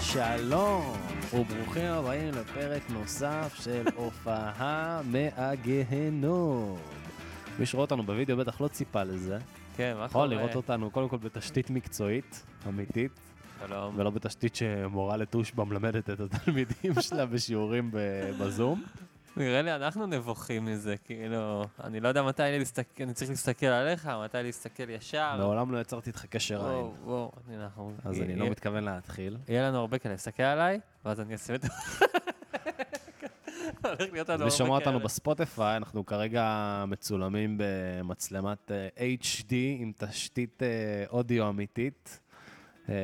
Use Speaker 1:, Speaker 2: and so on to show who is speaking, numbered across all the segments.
Speaker 1: שלום, וברוכים הבאים לפרק נוסף של הופעה מהגהנום. מי שרואה אותנו בווידאו בטח לא ציפה לזה.
Speaker 2: כן, מה
Speaker 3: לא,
Speaker 1: יכול
Speaker 3: אה.
Speaker 1: לראות אותנו קודם כל בתשתית מקצועית, אמיתית,
Speaker 2: שלום.
Speaker 1: ולא בתשתית שמורה לתושבא מלמדת את התלמידים שלה בשיעורים ב- בזום.
Speaker 2: נראה לי אנחנו נבוכים מזה, כאילו, אני לא יודע מתי להסתכל, אני צריך להסתכל עליך, מתי להסתכל
Speaker 3: אה.
Speaker 2: ישר.
Speaker 1: מעולם לא יצרתי איתך קשר עין,
Speaker 2: וואו, וואו, הנה אנחנו...
Speaker 1: אז אני לא
Speaker 3: אה.
Speaker 2: יהיה-
Speaker 1: מתכוון להתחיל.
Speaker 2: יהיה לנו הרבה כאלה, תסתכל עליי, ואז אני אשים את... הולך להיות לנו
Speaker 1: מי
Speaker 2: הרבה
Speaker 1: שומע אותנו
Speaker 2: כאלה.
Speaker 1: בספוטיפיי, אנחנו כרגע מצולמים במצלמת אה, HD עם תשתית אה, אודיו אמיתית, אה,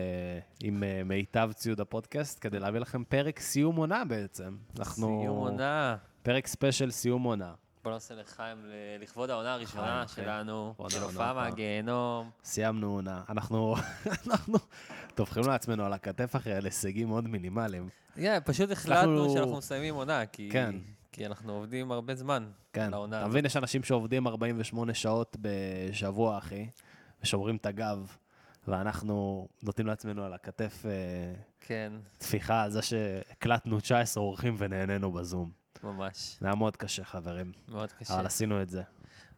Speaker 1: עם אה, מיטב ציוד הפודקאסט, כדי להביא לכם פרק סיום עונה בעצם. אנחנו...
Speaker 2: סיום עונה.
Speaker 1: פרק ספיישל סיום עונה.
Speaker 2: בוא נעשה לחיים ל- לכבוד העונה
Speaker 1: חיים,
Speaker 2: הראשונה
Speaker 1: אחי.
Speaker 2: שלנו, כאילו,
Speaker 1: לכבוד
Speaker 2: של
Speaker 1: העונה
Speaker 2: הופעה
Speaker 1: הפעם.
Speaker 2: מהגיהנום.
Speaker 1: סיימנו עונה. אנחנו, אנחנו טופחים לעצמנו על הכתף אחרי על הישגים מאוד מינימליים.
Speaker 2: כן, פשוט החלטנו
Speaker 1: אנחנו-
Speaker 2: שאנחנו מסיימים עונה, כי...
Speaker 1: כן.
Speaker 2: כי אנחנו עובדים הרבה זמן.
Speaker 1: כן,
Speaker 2: לעונה
Speaker 1: אתה
Speaker 2: הזאת.
Speaker 1: מבין, יש אנשים שעובדים 48 שעות בשבוע, אחי, ושומרים את הגב, ואנחנו נותנים לעצמנו על הכתף אה,
Speaker 2: כן,
Speaker 1: טפיחה על זה שהקלטנו 19 אורחים ונהנינו בזום.
Speaker 2: ממש.
Speaker 1: זה היה מאוד קשה, חברים,
Speaker 2: מאוד קשה.
Speaker 1: אבל עשינו את זה.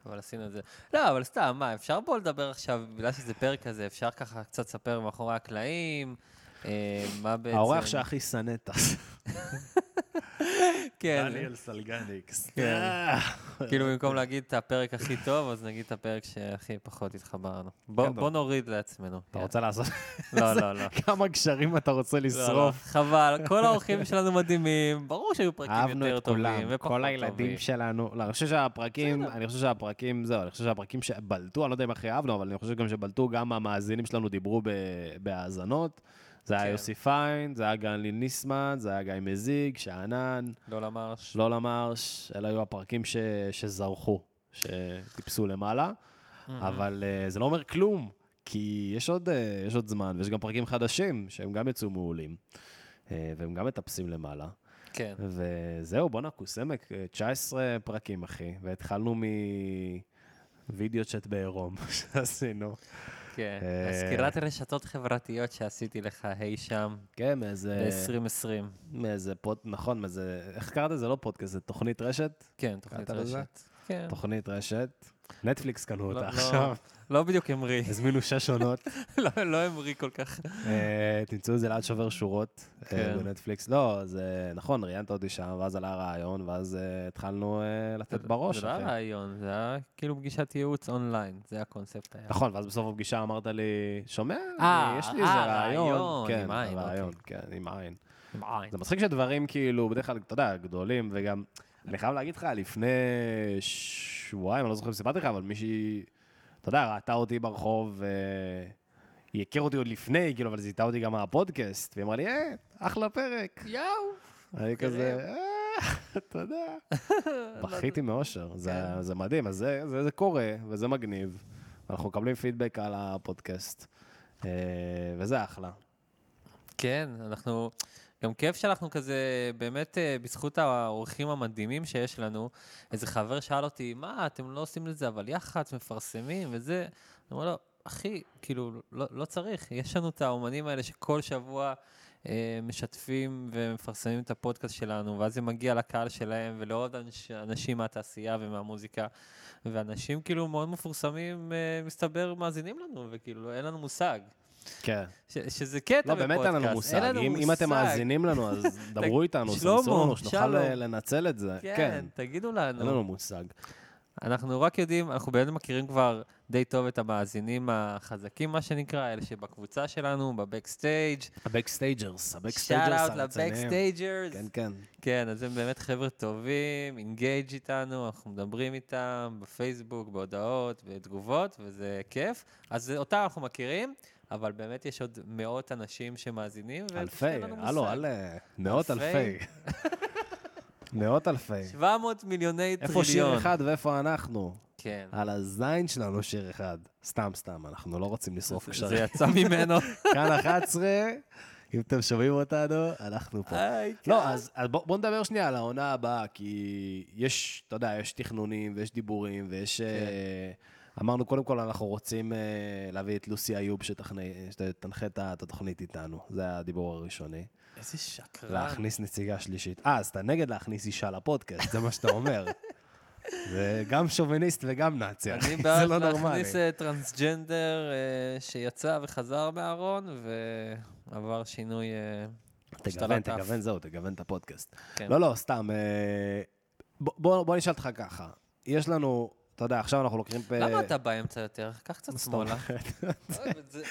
Speaker 2: אבל עשינו את זה. לא, אבל סתם, מה, אפשר פה לדבר עכשיו, בגלל שזה פרק כזה, אפשר ככה קצת לספר מאחורי הקלעים, אה, מה בעצם...
Speaker 1: האורח שהכי שנא טס.
Speaker 2: כן,
Speaker 1: סלגניקס.
Speaker 2: כאילו במקום להגיד את הפרק הכי טוב, אז נגיד את הפרק שהכי פחות התחברנו. בוא-
Speaker 1: כן,
Speaker 2: בוא נוריד לעצמנו.
Speaker 1: אתה רוצה לעשות
Speaker 2: לא, לא, לא.
Speaker 1: כמה גשרים אתה רוצה
Speaker 2: לא, לא,
Speaker 1: לשרוף?
Speaker 2: חבל, כל האורחים שלנו מדהימים, ברור שהיו פרקים
Speaker 1: אהבנו
Speaker 2: יותר
Speaker 1: את
Speaker 2: טובים
Speaker 1: כולם,
Speaker 2: ופחות
Speaker 1: כל
Speaker 2: טובים.
Speaker 1: הילדים שלנו. לא, אני חושב שהפרקים, אני חושב שהפרקים, זהו, אני חושב שהפרקים שבלטו, אני לא יודע אם הכי אהבנו, אבל אני חושב גם שבלטו, גם המאזינים שלנו דיברו ב- בהאזנות. זה היה
Speaker 2: כן.
Speaker 1: יוסי פיין, זה היה גלי ניסמן, זה היה גיא מזיג, שאנן,
Speaker 2: לא למרש.
Speaker 1: שלולה מרש, אלה היו הפרקים ש... שזרחו, שטיפסו למעלה, אבל אה, זה לא אומר כלום, כי יש עוד, אה, יש עוד זמן, ויש גם פרקים חדשים שהם גם יצאו מעולים, אה, והם גם מטפסים למעלה.
Speaker 2: כן.
Speaker 1: וזהו, בואנה, קוסמק, אה, 19 פרקים, אחי, והתחלנו מווידאו צ'אט בעירום שעשינו.
Speaker 2: כן,
Speaker 1: אה.
Speaker 2: סקירת רשתות חברתיות שעשיתי לך אי שם
Speaker 1: כן, מאיזה...
Speaker 2: ב-2020.
Speaker 1: מאיזה פוד... נכון, מאיזה... איך קראת לזה? לא פודקאסט, זה תוכנית רשת?
Speaker 2: כן, תוכנית
Speaker 1: קראת לזה?
Speaker 2: רשת. כן.
Speaker 1: תוכנית רשת. נטפליקס קנו
Speaker 2: לא-
Speaker 1: אותה
Speaker 2: לא-
Speaker 1: עכשיו.
Speaker 2: לא בדיוק המריא,
Speaker 1: הזמינו שש עונות,
Speaker 2: לא- לא המריא כל כך.
Speaker 1: אה, תמצאו את זה ליד שובר שורות אה,
Speaker 2: כן.
Speaker 1: בנטפליקס. לא, זה נכון, ראיינת אותי שם, ואז עלה הרעיון, ואז אה, התחלנו אה, לתת בראש,
Speaker 2: זה לא היה
Speaker 1: אחי.
Speaker 2: רעיון, זה היה כאילו פגישת ייעוץ אונליין, זה הקונספט היה.
Speaker 1: נכון, ואז בסוף הפגישה אמרת לי, שומע,
Speaker 2: כן. אה,
Speaker 1: אני- יש לי
Speaker 2: אה,
Speaker 1: איזה
Speaker 2: רעיון,
Speaker 1: רעיון. כן,
Speaker 2: עם עין, אוקיי.
Speaker 1: רעיון, כן, עם עין.
Speaker 2: עם עין.
Speaker 1: זה מצחיק שדברים כאילו, בדרך כלל, אתה יודע, גדולים, וגם, אני חייב להגיד לך, לפני שבועיים, אני לא זוכר אם סיפרתי לך, אבל מישהי, אתה יודע, ראתה אותי ברחוב, אה, היא הכירה אותי עוד לפני, כאילו, אבל זיהתה אותי גם מהפודקאסט, והיא אמרה לי, אה, אחלה פרק.
Speaker 2: יואו.
Speaker 1: אני כזה, "אה, אתה יודע. בכיתי מאושר, זה-
Speaker 2: כן.
Speaker 1: זה מדהים, אז זה- זה זה קורה, וזה מגניב. אנחנו מקבלים פידבק על הפודקאסט, אה, וזה אחלה.
Speaker 2: כן, אנחנו... גם כיף שאנחנו כזה, באמת, אה, בזכות האורחים המדהימים שיש לנו, איזה חבר שאל אותי, מה, אתם לא עושים לזה, אבל יח"צ, מפרסמים וזה. אני אומר לו, אחי, כאילו, לא, לא צריך, יש לנו את האומנים האלה שכל שבוע אה, משתפים ומפרסמים את הפודקאסט שלנו, ואז זה מגיע לקהל שלהם ולעוד אנש, אנשים מהתעשייה ומהמוזיקה, ואנשים כאילו מאוד מפורסמים, אה, מסתבר, מאזינים לנו, וכאילו, אין לנו מושג.
Speaker 1: כן.
Speaker 2: ש- שזה קטע
Speaker 1: לא,
Speaker 2: בפודקאסט.
Speaker 1: באמת אין לנו מושג. אם, אם אתם
Speaker 2: מושג.
Speaker 1: מאזינים לנו, אז דברו איתנו,
Speaker 2: שלמה,
Speaker 1: סמסו לנו, שנוכל
Speaker 2: שלום.
Speaker 1: כן. לנצל אה, את זה. לא.
Speaker 2: כן, תגידו לנו.
Speaker 1: אין לנו מושג.
Speaker 2: אנחנו רק יודעים, אנחנו באמת מכירים כבר די טוב את המאזינים החזקים, מה שנקרא, אלה שבקבוצה שלנו, בבקסטייג'.
Speaker 1: הבקסטייג'רס,
Speaker 2: שאט
Speaker 1: הבקסטייג'רס
Speaker 2: אאוט
Speaker 1: הרצניים.
Speaker 2: לבקסטייג'רס.
Speaker 1: כן, כן.
Speaker 2: כן, אז הם באמת חבר'ה טובים, אינגייג' איתנו, אנחנו מדברים איתם בפייסבוק, בהודעות, בתגובות, וזה כיף. אז זה- אותם אנחנו מכירים, אבל באמת יש עוד מאות אנשים שמאזינים, ופשוט אין
Speaker 1: אלפי,
Speaker 2: לנו
Speaker 1: הלו,
Speaker 2: מושג.
Speaker 1: הלו, מאות אלפי.
Speaker 2: אלפי.
Speaker 1: מאות אלפי.
Speaker 2: 700 מיליוני טריליון.
Speaker 1: איפה שיר אחד ואיפה אנחנו?
Speaker 2: כן.
Speaker 1: על הזין שלנו שיר אחד. סתם, סתם, אנחנו לא רוצים לשרוף
Speaker 2: זה- זה
Speaker 1: קשרים.
Speaker 2: יצא ממנו.
Speaker 1: כאן 11, אם אתם שומעים אותנו, אנחנו פה.
Speaker 2: היי,
Speaker 1: לא, אז אז בוא בוא נדבר שנייה על העונה הבאה, כי יש, אתה יודע, יש תכנונים ויש דיבורים
Speaker 2: כן.
Speaker 1: ויש... אה, אמרנו, קודם כל, אנחנו רוצים אה, להביא את לוסי איוב שתכנה- שתנחה את ה- את התוכנית איתנו. זה הדיבור הראשוני.
Speaker 2: איזה שקרן.
Speaker 1: להכניס נציגה שלישית. אה, אז אתה נגד להכניס אישה לפודקאסט, זה מה שאתה אומר. זה גם שוביניסט וגם נאצי, אחי.
Speaker 2: אני
Speaker 1: זה
Speaker 2: בעד
Speaker 1: לא נורמלי.
Speaker 2: להכניס אה, טרנסג'נדר אה, שיצא וחזר מהארון ועבר שינוי... אה,
Speaker 1: תגוון,
Speaker 2: השתלת אף.
Speaker 1: תגוון, זהו, תגוון את הפודקאסט.
Speaker 2: כן.
Speaker 1: לא, לא, סתם. אה, בוא- בוא בוא נשאל אותך ככה. יש לנו, אתה יודע, עכשיו אנחנו לוקחים... פ-
Speaker 2: למה אתה באמצע יותר? קח קצת
Speaker 1: זאת
Speaker 2: שמאלה.
Speaker 1: אומרת?
Speaker 2: אוי, אבל זה-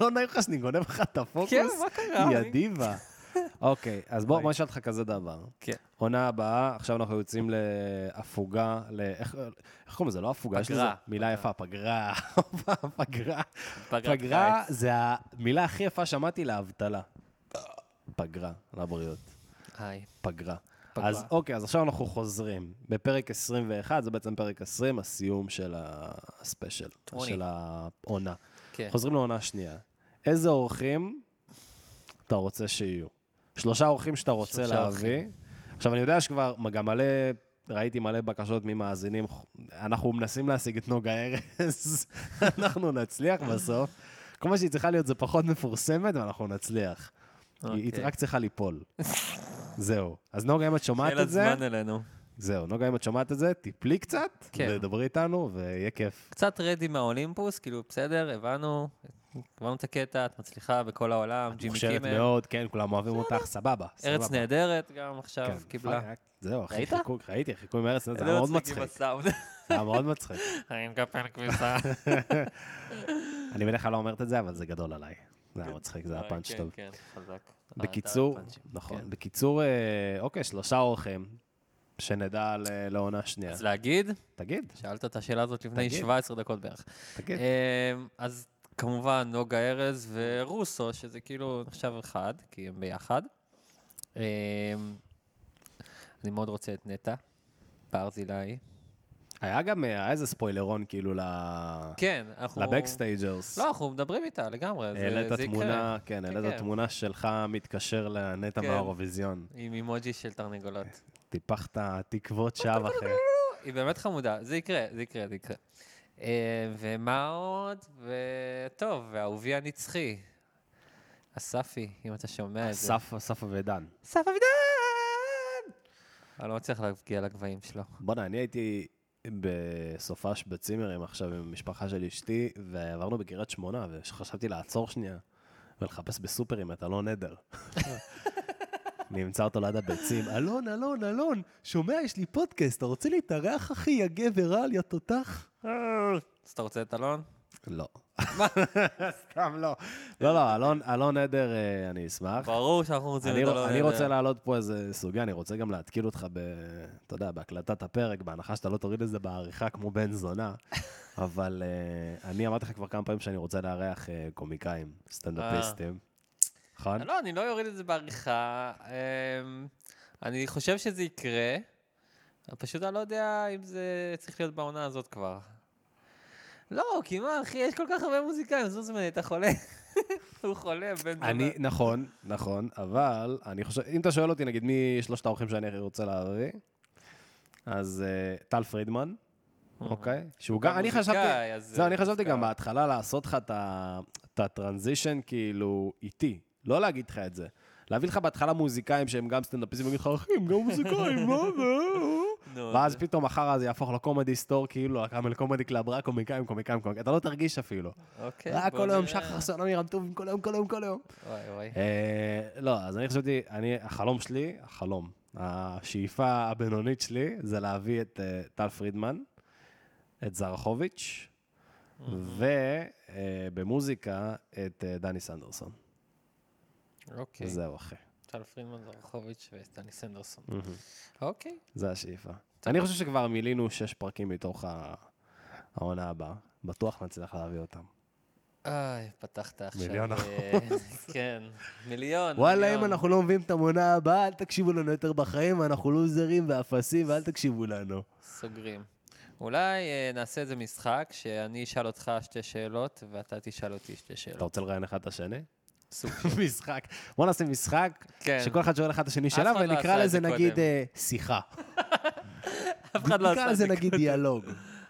Speaker 1: לא נעים לך שאני גונב לך את הפוקוס?
Speaker 2: כן, מה קרה?
Speaker 1: יא דיבה. אוקיי, אז בוא
Speaker 2: אוי.
Speaker 1: בוא נשאל אותך כזה דבר.
Speaker 2: כן.
Speaker 1: עונה הבאה, עכשיו אנחנו יוצאים להפוגה, ל... איך איך קוראים לזה? לא הפוגה, יש לזה
Speaker 2: פגרה,
Speaker 1: מילה יפה, פגרה. פגרה.
Speaker 2: פגרת
Speaker 1: פגרה
Speaker 2: קיץ.
Speaker 1: זה המילה הכי יפה שמעתי לאבטלה. פגרה, לבריאות.
Speaker 2: היי.
Speaker 1: פגרה.
Speaker 2: פגרה.
Speaker 1: אז אוקיי, אז עכשיו אנחנו חוזרים. בפרק 21, זה בעצם פרק 20, הסיום של הספיישל,
Speaker 2: טרוני.
Speaker 1: של העונה.
Speaker 2: כן.
Speaker 1: חוזרים לעונה שנייה. איזה אורחים אתה רוצה שיהיו? שלושה אורחים שאתה רוצה
Speaker 2: שלושה
Speaker 1: להביא. עכשיו, אני יודע שכבר גם מלא, ראיתי מלא בקשות ממאזינים. אנחנו מנסים להשיג את נוגה ארז, אנחנו נצליח בסוף. כל מה שהיא צריכה להיות זה פחות מפורסמת, ואנחנו נצליח. היא- היא
Speaker 2: אוקיי.
Speaker 1: רק צריכה ליפול. זהו. אז נוגה, אם את שומעת
Speaker 2: יהיה
Speaker 1: את
Speaker 2: לה
Speaker 1: זה,
Speaker 2: זמן אלינו.
Speaker 1: זהו. נוגה, אם את שומעת את זה, תיפלי קצת,
Speaker 2: כן.
Speaker 1: ודברי איתנו, ויהיה כיף.
Speaker 2: קצת רדי מהאולימפוס, כאילו, בסדר, הבנו, הבנו את הקטע, את מצליחה בכל העולם, ג'ימי
Speaker 1: מוכשרת
Speaker 2: קימל.
Speaker 1: מאוד, כן, כולם אוהבים אותך, סבבה.
Speaker 2: ארץ
Speaker 1: סבבה.
Speaker 2: נהדרת גם עכשיו
Speaker 1: כן,
Speaker 2: קיבלה.
Speaker 1: פאק, זהו, אחי,
Speaker 2: ראית?
Speaker 1: חיקוק, ראיתי, חיקוי מארץ נהדרת, זה היה
Speaker 2: לא
Speaker 1: מאוד
Speaker 2: מצחיק עם
Speaker 1: מצחיק.
Speaker 2: הסאונד.
Speaker 1: זה היה מאוד מצחיק.
Speaker 2: אני מקפל כביסה.
Speaker 1: אני בדרך כלל לא אומרת את זה, אבל זה גדול עליי. זה היה מצחיק, זה היה פאנץ'
Speaker 2: כן,
Speaker 1: טוב.
Speaker 2: כן, חזק.
Speaker 1: בקיצור,
Speaker 2: אה, אתה פאנצ'ים.
Speaker 1: נכון,
Speaker 2: כן.
Speaker 1: בקיצור, אה, אוקיי, שלושה אורחים, שנדע על- לעונה שנייה.
Speaker 2: אז להגיד,
Speaker 1: תגיד,
Speaker 2: שאלת את השאלה הזאת לפני
Speaker 1: תגיד. כן.
Speaker 2: 17 דקות בערך.
Speaker 1: תגיד.
Speaker 2: אמ, אז כמובן, נוגה ארז ורוסו, שזה כאילו נחשב אחד, כי הם ביחד. אמ, אני מאוד רוצה את נטע, ברזילי.
Speaker 1: היה גם, אה, היה איזה ספוילרון, כאילו, ל...
Speaker 2: כן, אנחנו...
Speaker 1: לבקסטייג'רס.
Speaker 2: לא, אנחנו מדברים איתה לגמרי, זה,
Speaker 1: העלית
Speaker 2: זה יקרה.
Speaker 1: תמונה, כן, העלית
Speaker 2: כן.
Speaker 1: תמונה שלך מתקשר לנטע
Speaker 2: כן.
Speaker 1: מהאירוויזיון.
Speaker 2: עם אימוג'י של תרנגולות.
Speaker 1: טיפחת תקוות שעה וחצי.
Speaker 2: היא באמת חמודה, זה יקרה, זה יקרה, זה יקרה. אה, ומה עוד? וטוב, והאהובי הנצחי. אספי, אם אתה שומע את זה.
Speaker 1: אסף, אסף אבידן.
Speaker 2: אסף אבידן! אני לא מצליח להגיע לגבהים שלו.
Speaker 1: בואנה, אני הייתי בסופש בצימרים עכשיו עם המשפחה של אשתי, ועברנו בקריית שמונה, וחשבתי לעצור שנייה ולחפש בסופר אם אתה לא נדר. נמצא אותו ליד הביצים, אלון, אלון, אלון, שומע, יש לי פודקאסט, אתה רוצה להתארח, אחי, יא גבר על, יא תותח?
Speaker 2: אה, אז אתה רוצה את אלון?
Speaker 1: לא. סתם לא. לא, לא, אלון- אלון עדר, אה, אני אשמח.
Speaker 2: ברור לא שאנחנו רוצים
Speaker 1: אני
Speaker 2: את
Speaker 1: רוצ-
Speaker 2: אלון.
Speaker 1: אני
Speaker 2: עדר.
Speaker 1: רוצה להעלות פה איזה סוגיה, אני רוצה גם להתקיל אותך ב... אתה יודע, בהקלטת הפרק, בהנחה שאתה לא תוריד את זה בעריכה כמו בן זונה. אבל אה, אני אמרתי לך כבר כמה פעמים שאני רוצה לארח אה, קומיקאים, סטנדאפיסטים. נכון?
Speaker 2: לא, אני לא אוריד את זה בעריכה. אמ, אני חושב שזה יקרה. פשוט אני לא יודע אם זה צריך להיות בעונה הזאת כבר. לא, כי מה, אחי, יש כל כך הרבה מוזיקאים, זוזמן, אתה חולה. הוא חולה, בן זונה.
Speaker 1: אני, נכון, נכון, אבל אני חושב, אם אתה שואל אותי, נגיד, מי שלושת האורחים שאני הכי רוצה להביא, אז אה, טל פרידמן, אוקיי? שהוא גם,
Speaker 2: אה. גם
Speaker 1: אני חשבתי,
Speaker 2: מוזיקאי, אז אה,
Speaker 1: זהו,
Speaker 2: זה
Speaker 1: אני חשבתי
Speaker 2: דווקא-
Speaker 1: גם בהתחלה לעשות לך את ה- את הטרנזישן, כאילו, איתי, לא להגיד לך את זה. להביא לך בהתחלה מוזיקאים שהם גם סטנדאפיסטים, ולהגיד לך, אחי, הם גם מוזיקאים, לא מה זה?
Speaker 2: נו,
Speaker 1: אה." ואז פתאום אחר זה יהפוך לקומדי סטור, כאילו, הקאמל קומדי קלאב, רק קומיקאים, קומיקאים, קומיקאים, אתה לא תרגיש אפילו.
Speaker 2: אוקיי,
Speaker 1: רק
Speaker 2: בוא
Speaker 1: כל היום
Speaker 2: נראה.
Speaker 1: שחר סונמי רמטובים, כל היום, כל היום, כל היום.
Speaker 2: וואי, וואי.
Speaker 1: אה, לא, אז אני חשבתי, אני, החלום שלי, החלום, השאיפה הבינונית שלי זה להביא את אה, טל פרידמן, את זרחוביץ', ובמוזיקה את אה, דני סנדרסון.
Speaker 2: אוקיי.
Speaker 1: זהו, אחי.
Speaker 2: טל פרידמן, זרחוביץ' וטני סנדרסון. אוקיי.
Speaker 1: זה השאיפה. אני חושב שכבר מילינו שש פרקים מתוך ה- העונה הבאה. בטוח נצליח להביא אותם.
Speaker 2: איי, פתחת עכשיו.
Speaker 1: מיליון
Speaker 2: אה, כן, מיליון.
Speaker 1: וואלה, אם
Speaker 2: מיליון.
Speaker 1: אנחנו לא מביאים את המונה הבאה, אל תקשיבו לנו יותר בחיים, אנחנו לוזרים ואפסים, ואל תקשיבו לנו.
Speaker 2: סוגרים. אולי אה, נעשה איזה משחק, שאני אשאל אותך שתי שאלות, ואתה תשאל אותי שתי
Speaker 1: אתה
Speaker 2: שאלות.
Speaker 1: רוצה לראיין אחד את השני?
Speaker 2: סוג.
Speaker 1: משחק. בוא נעשה משחק,
Speaker 2: כן.
Speaker 1: שכל אחד שואל אחד את השני
Speaker 2: אף
Speaker 1: שאלה,
Speaker 2: אחד לא
Speaker 1: ונקרא
Speaker 2: עשה את
Speaker 1: לזה
Speaker 2: זה
Speaker 1: נגיד
Speaker 2: קודם.
Speaker 1: אה, שיחה.
Speaker 2: אף אחד לא
Speaker 1: נקרא
Speaker 2: עשה את
Speaker 1: לזה
Speaker 2: זה.
Speaker 1: נגיד דיאלוג.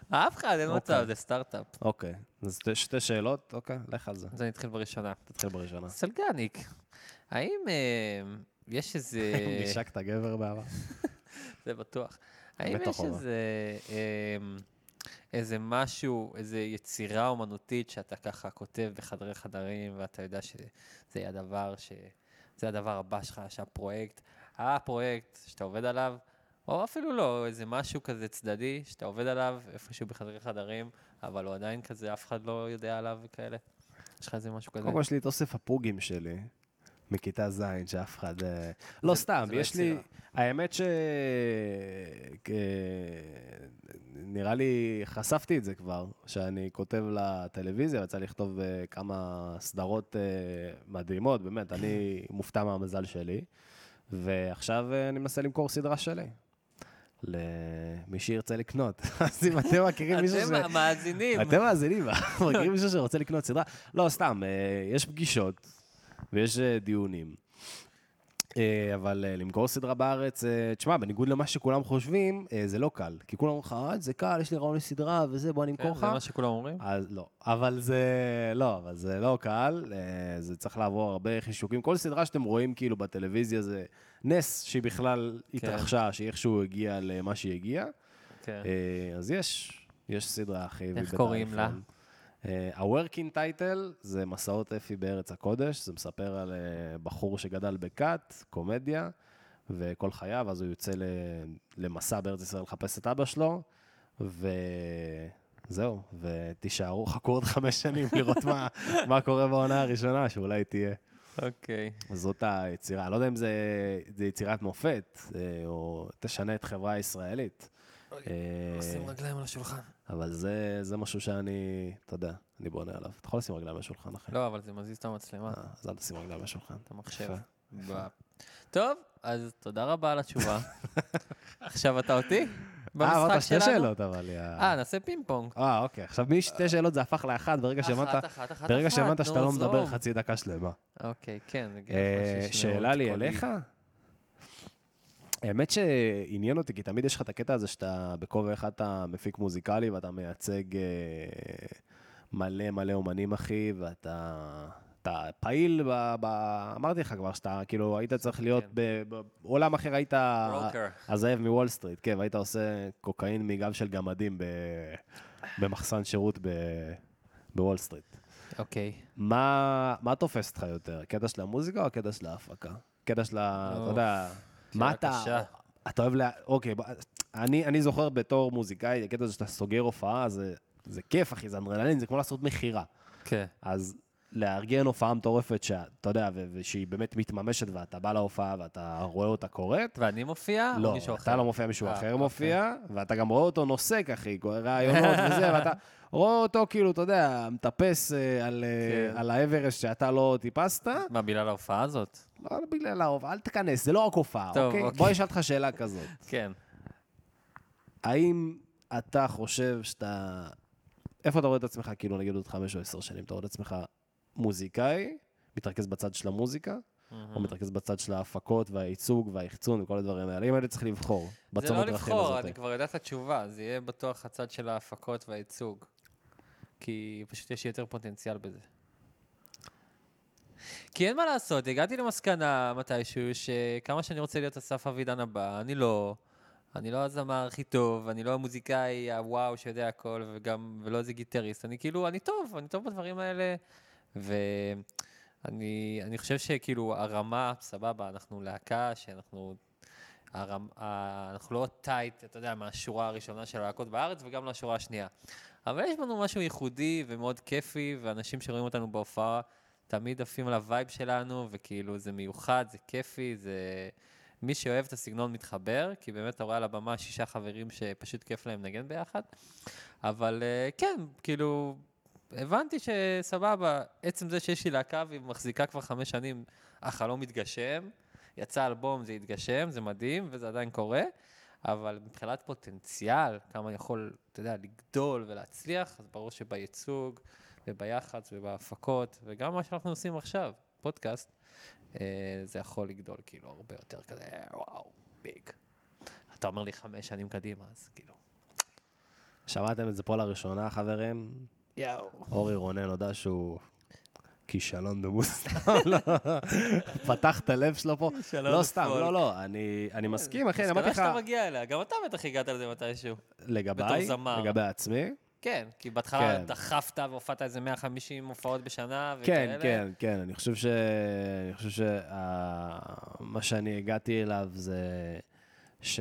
Speaker 2: אף אחד, אין
Speaker 1: אוקיי.
Speaker 2: מצב, זה סטארט-אפ.
Speaker 1: אוקיי, אז שתי- שתי שאלות, אוקיי, לך על זה.
Speaker 2: אז אני אתחיל בראשונה.
Speaker 1: תתחיל בראשונה.
Speaker 2: סלגניק, האם אה, יש איזה...
Speaker 1: נשקת גבר בעבר.
Speaker 2: זה בטוח. האם
Speaker 1: בטח
Speaker 2: יש
Speaker 1: הוא אמר.
Speaker 2: איזה, אמ, איזה משהו, איזה יצירה אומנותית שאתה ככה כותב בחדרי חדרים, ואתה יודע שזה הדבר ש... זה הדבר הבא שלך, שהפרויקט, הפרויקט שאתה עובד עליו, או אפילו לא, איזה משהו כזה צדדי שאתה עובד עליו איפשהו בחדרי חדרים, אבל הוא עדיין כזה, אף אחד לא יודע עליו וכאלה. יש לך איזה משהו כזה?
Speaker 1: קודם כל יש לי את אוסף הפוגים שלי, מכיתה ז', שאף אחד... אה, לא, סתם,
Speaker 2: זה לא
Speaker 1: יש לי...
Speaker 2: יצירה.
Speaker 1: האמת ש... אה, נראה לי חשפתי את זה כבר, שאני כותב לטלוויזיה, יצא לי לכתוב אה, כמה סדרות אה, מדהימות, באמת, אני מופתע מהמזל שלי, ועכשיו אה, אני מנסה למכור סדרה שלי. למי שירצה לקנות. אז אם אתם מכירים מישהו ש...
Speaker 2: אתם המאזינים. כן,
Speaker 1: אתם מאזינים, מרגישים מישהו שרוצה לקנות סדרה? לא, סתם, אה, יש פגישות ויש אה, דיונים. אה, אבל אה, למכור סדרה בארץ, אה, תשמע, בניגוד למה שכולם חושבים, אה, זה לא קל. כי כולם אומרים לך, "אה, זה קל, יש לי רעיון לסדרה וזה, בוא אני
Speaker 2: כן,
Speaker 1: אמכור לך.
Speaker 2: זה מה שכולם אומרים?
Speaker 1: אז לא, אבל זה לא, אבל זה לא קל, אה, זה צריך לעבור הרבה חישוקים. כל סדרה שאתם רואים כאילו בטלוויזיה זה נס שהיא בכלל התרחשה, שהיא איכשהו הגיעה למה שהיא הגיעה.
Speaker 2: כן.
Speaker 1: אה, אז יש, יש סדרה, אחי. והיא
Speaker 2: איך קוראים לה?
Speaker 1: באייפון. אה, ה-working title זה מסעות אפי בארץ הקודש, זה מספר על אה, בחור שגדל בכת, קומדיה, וכל חייו, אז הוא יוצא ל- למסע בארץ ישראל לחפש את אבא שלו, וזהו, ותישארו, חכו עוד חמש שנים לראות מה, מה קורה בעונה הראשונה, שאולי תהיה.
Speaker 2: אוקיי.
Speaker 1: זאת היצירה, אני לא יודע אם זה, זה יצירת מופת, אה, או תשנה את החברה הישראלית. אה,
Speaker 2: עושים רגליים על השולחן.
Speaker 1: אבל זה, זה משהו שאני, אתה יודע, אני בונה עליו. אתה יכול לשים רגליים על השולחן, אחי.
Speaker 2: לא, אבל זה מזיז את המצלמה,
Speaker 1: אה, אז אל תשים רגליים על השולחן.
Speaker 2: את המחשב.
Speaker 1: יפה,
Speaker 2: ב- טוב, אז תודה רבה על התשובה. עכשיו אתה אותי?
Speaker 1: אה,
Speaker 2: במשחק
Speaker 1: אמרת שתי
Speaker 2: שלנו?
Speaker 1: שאלות, אבל... יא.
Speaker 2: אה, נעשה פינג פונג.
Speaker 1: אה, אוקיי. עכשיו, משתי שאלות זה הפך לאחת ברגע שהבנת...
Speaker 2: אחת, אחת, אחת,
Speaker 1: ברגע
Speaker 2: אחת,
Speaker 1: שהבנת שאתה
Speaker 2: נו,
Speaker 1: לא מדבר
Speaker 2: זרום.
Speaker 1: חצי דקה שלמה.
Speaker 2: אוקיי, כן. זה גם
Speaker 1: אה,
Speaker 2: משהו שישמעו
Speaker 1: שאלה
Speaker 2: את
Speaker 1: לי
Speaker 2: קולי.
Speaker 1: אליך? האמת שעניין אותי, כי תמיד יש לך את הקטע הזה שאתה בכובע אחד אתה מפיק מוזיקלי ואתה מייצג אה, מלא מלא אומנים, אחי, ואתה אתה פעיל, ב, ב, אמרתי לך כבר שאתה, כאילו, היית צריך להיות
Speaker 2: כן.
Speaker 1: ב- ב- בעולם אחר, היית
Speaker 2: ברוקר.
Speaker 1: הזאב מוול סטריט, כן, והיית עושה קוקאין מגב של גמדים ב, במחסן שירות ב, בוול סטריט.
Speaker 2: אוקיי.
Speaker 1: מה, מה תופס אותך יותר? הקטע של המוזיקה או הקטע של ההפקה? הקטע של ה... אתה
Speaker 2: אוף,
Speaker 1: יודע, מה
Speaker 2: שאלה
Speaker 1: אתה...
Speaker 2: קשה.
Speaker 1: אתה אוהב ל... אוקיי, בוא- אני, אני זוכר בתור מוזיקאי, הקטע הזה שאתה סוגר הופעה, זה, זה כיף, אחי, זה אנדרלין, זה כמו לעשות מכירה.
Speaker 2: כן.
Speaker 1: אז לארגן הופעה מטורפת שאתה יודע, ו- ושהיא באמת מתממשת, ואתה בא להופעה ואתה רואה אותה קורית.
Speaker 2: ואני מופיע? או
Speaker 1: לא,
Speaker 2: אה, מישהו
Speaker 1: אתה
Speaker 2: אחר?
Speaker 1: לא מופיע, מישהו
Speaker 2: אה,
Speaker 1: אחר
Speaker 2: אוקיי.
Speaker 1: מופיע, ואתה גם רואה אותו נוסק, אחי, רעיונות וזה, ואתה רואה אותו כאילו, אתה יודע, מטפס אה, על, אה,
Speaker 2: כן.
Speaker 1: על האברסט שאתה לא טיפסת,
Speaker 2: מה, בגלל ההופעה הזאת?
Speaker 1: לא בגלל האוב, אל תיכנס, זה לא רק הופעה,
Speaker 2: טוב,
Speaker 1: אוקיי?
Speaker 2: אוקיי.
Speaker 1: בוא אשאל אותך שאלה כזאת.
Speaker 2: כן.
Speaker 1: האם אתה חושב שאתה... איפה אתה רואה את עצמך, כאילו, נגיד עוד חמש או עשר שנים, אתה רואה את עצמך מוזיקאי, מתרכז בצד של המוזיקה, או מתרכז בצד של ההפקות והייצוג והיחצון וכל הדברים האלה? אם היית צריך לבחור
Speaker 2: זה לא
Speaker 1: בצומת דרכים
Speaker 2: לבחור,
Speaker 1: הזאת.
Speaker 2: אני כבר יודע את התשובה, זה יהיה בטוח הצד של ההפקות והייצוג. כי פשוט יש לי יותר פוטנציאל בזה. כי אין מה לעשות, הגעתי למסקנה מתישהו שכמה שאני רוצה להיות אסף אבידן הבא, אני לא. אני לא הזמר הכי טוב, אני לא המוזיקאי הוואו שיודע הכל, וגם, ולא איזה גיטריסט. אני כאילו, אני טוב, אני טוב בדברים האלה. ואני אני חושב שכאילו הרמה, סבבה, אנחנו להקה, שאנחנו הרמ... ה... אנחנו לא טייט, אתה יודע, מהשורה הראשונה של הלהקות בארץ וגם לשורה השנייה. אבל יש בנו משהו ייחודי ומאוד כיפי, ואנשים שרואים אותנו בהופעה תמיד עפים על הווייב שלנו, וכאילו זה מיוחד, זה כיפי, זה... מי שאוהב את הסגנון מתחבר, כי באמת אתה רואה על הבמה שישה חברים שפשוט כיף להם לנגן ביחד. אבל אה, כן, כאילו, הבנתי שסבבה, עצם זה שיש לי להקה והיא מחזיקה כבר חמש שנים, החלום מתגשם, יצא אלבום, זה התגשם, זה מדהים, וזה עדיין קורה, אבל מבחינת פוטנציאל, כמה יכול, אתה יודע, לגדול ולהצליח, אז ברור שבייצוג וביח"צ ובהפקות, וגם מה שאנחנו עושים עכשיו, פודקאסט, אה, זה יכול לגדול כאילו הרבה יותר כזה, וואו, ביג. אתה אומר לי חמש שנים קדימה, אז כאילו...
Speaker 1: שמעתם את זה פה לראשונה, חברים? יואו. אורי רונן הודה שהוא כישלון במוסתם, פתח את הלב שלו פה. לא סתם,
Speaker 2: בפועל.
Speaker 1: לא, לא, אני אני מסכים, אחי, אני כן, אמרתי
Speaker 2: מסקנה
Speaker 1: לך, כן.
Speaker 2: שאתה מגיע אליה, גם אתה בטח הגעת לזה מתישהו. בתור
Speaker 1: לגביי,
Speaker 2: זמר.
Speaker 1: לגבי עצמי.
Speaker 2: כן, כי בהתחלה
Speaker 1: כן.
Speaker 2: דחפת והופעת איזה 150 הופעות בשנה וכאלה.
Speaker 1: כן, כן, כן, אני חושב ש... אני חושב שמה שאני הגעתי אליו זה ש...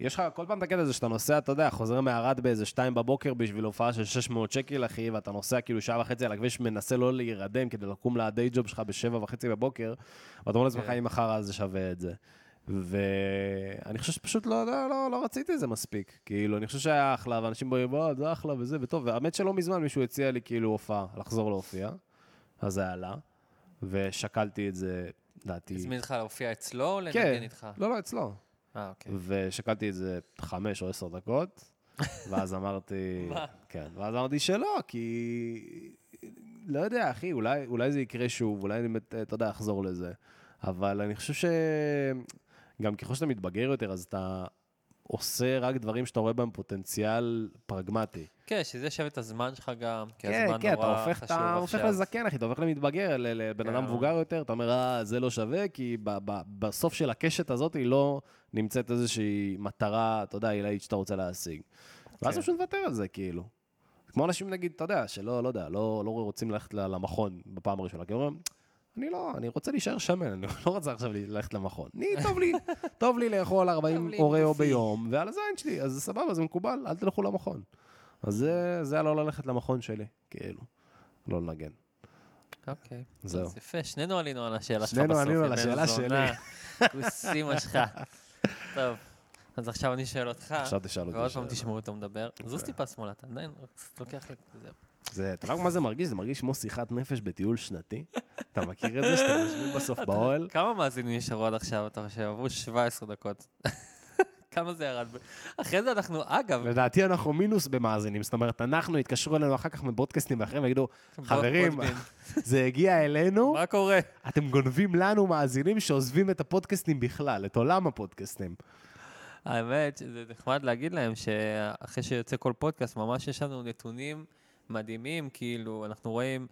Speaker 1: יש לך כל פעם את הקטע הזה שאתה נוסע, אתה יודע, חוזר מערד באיזה שתיים בבוקר בשביל הופעה של 600 שקל, אחי, ואתה נוסע כאילו שעה וחצי על הכביש, מנסה לא להירדם כדי לקום לדיי ג'וב שלך בשבע וחצי בבוקר, ואתה אומר לעצמך,
Speaker 2: כן.
Speaker 1: אם מחר אז זה שווה את זה. ואני חושב שפשוט לא, לא, לא, לא רציתי את זה מספיק. כאילו, אני חושב שהיה אחלה, ואנשים באים, וואו, זה אחלה וזה, וטוב. והאמת שלא מזמן מישהו הציע לי כאילו הופעה, לחזור להופיע, אז זה עלה, ושקלתי את זה, לדעתי...
Speaker 2: הזמין אותך להופיע אצלו או לנגן
Speaker 1: כן,
Speaker 2: איתך?
Speaker 1: לא, לא, אצלו.
Speaker 2: אה, אוקיי.
Speaker 1: ושקלתי את זה חמש או עשר דקות, ואז אמרתי...
Speaker 2: מה?
Speaker 1: כן, ואז אמרתי שלא, כי... לא יודע, אחי, אולי, אולי זה יקרה שוב, אולי אני, באמת, אה, אתה יודע, אחזור לזה. אבל אני חושב ש... גם ככל שאתה מתבגר יותר, אז אתה עושה רק דברים שאתה רואה בהם פוטנציאל פרגמטי.
Speaker 2: כן, שזה שווה את הזמן שלך גם, כי
Speaker 1: כן,
Speaker 2: הזמן
Speaker 1: כן,
Speaker 2: נורא
Speaker 1: אתה
Speaker 2: חשוב
Speaker 1: הופך,
Speaker 2: עכשיו.
Speaker 1: אתה הופך לזקן, אחי, אתה הופך למתבגר, ל- לבן אדם
Speaker 2: כן.
Speaker 1: מבוגר יותר, אתה אומר, אה, זה לא שווה, כי ב- ב- בסוף של הקשת הזאת היא לא נמצאת איזושהי מטרה, אתה יודע, עילאית שאתה רוצה להשיג. ואז
Speaker 2: כן.
Speaker 1: פשוט מוותר על זה, כאילו. כמו אנשים, נגיד, אתה יודע, שלא, לא יודע, לא, לא רוצים ללכת ל- למכון בפעם הראשונה, כי הם אומרים, אני לא, אני רוצה להישאר שמן, אני לא רוצה עכשיו ללכת למכון. אני, טוב לי, טוב לי לאכול 40
Speaker 2: לי עם
Speaker 1: אוראו
Speaker 2: קופי.
Speaker 1: ביום, ועל הזין שלי, אז זה סבבה, זה מקובל, אל תלכו למכון. אז זה, זה היה לא ללכת למכון שלי, כאילו, לא לנגן.
Speaker 2: אוקיי.
Speaker 1: זהו.
Speaker 2: אז יפה, שנינו עלינו על השאלה שלך בסוף.
Speaker 1: שנינו עלינו על
Speaker 2: יא בן
Speaker 1: השאלה
Speaker 2: זונה. כוס אימא שלך. טוב, אז עכשיו אני שואל אותך,
Speaker 1: עכשיו לא תשאל אותי אוקיי.
Speaker 2: ועוד פעם
Speaker 1: שאלה.
Speaker 2: תשמעו אותו מדבר. זוז טיפה שמאלה, אתה עדיין קצת לוקח לי... זהו.
Speaker 1: זה, אתה יודע מה זה מרגיש? זה מרגיש כמו שיחת נפש בטיול שנתי. אתה מכיר את זה שאתם יושבים בסוף באוהל?
Speaker 2: כמה מאזינים נשארו עד עכשיו, אתה חושב? עברו 17 דקות. כמה זה ירד? אחרי זה אנחנו, אגב,
Speaker 1: לדעתי אנחנו מינוס במאזינים, זאת אומרת, אנחנו יתקשרו אלינו אחר כך מפודקאסטים אחרים ויגידו,
Speaker 2: בוא-
Speaker 1: חברים,
Speaker 2: פודבין,
Speaker 1: זה הגיע אלינו,
Speaker 2: מה קורה?
Speaker 1: אתם גונבים לנו מאזינים שעוזבים את הפודקאסטים בכלל, את עולם הפודקאסטים.
Speaker 2: האמת, זה נחמד להגיד להם שאחרי שיוצא כל פודקאסט, ממש יש לנו נתונים מדהימים, כאילו, אנחנו רואים,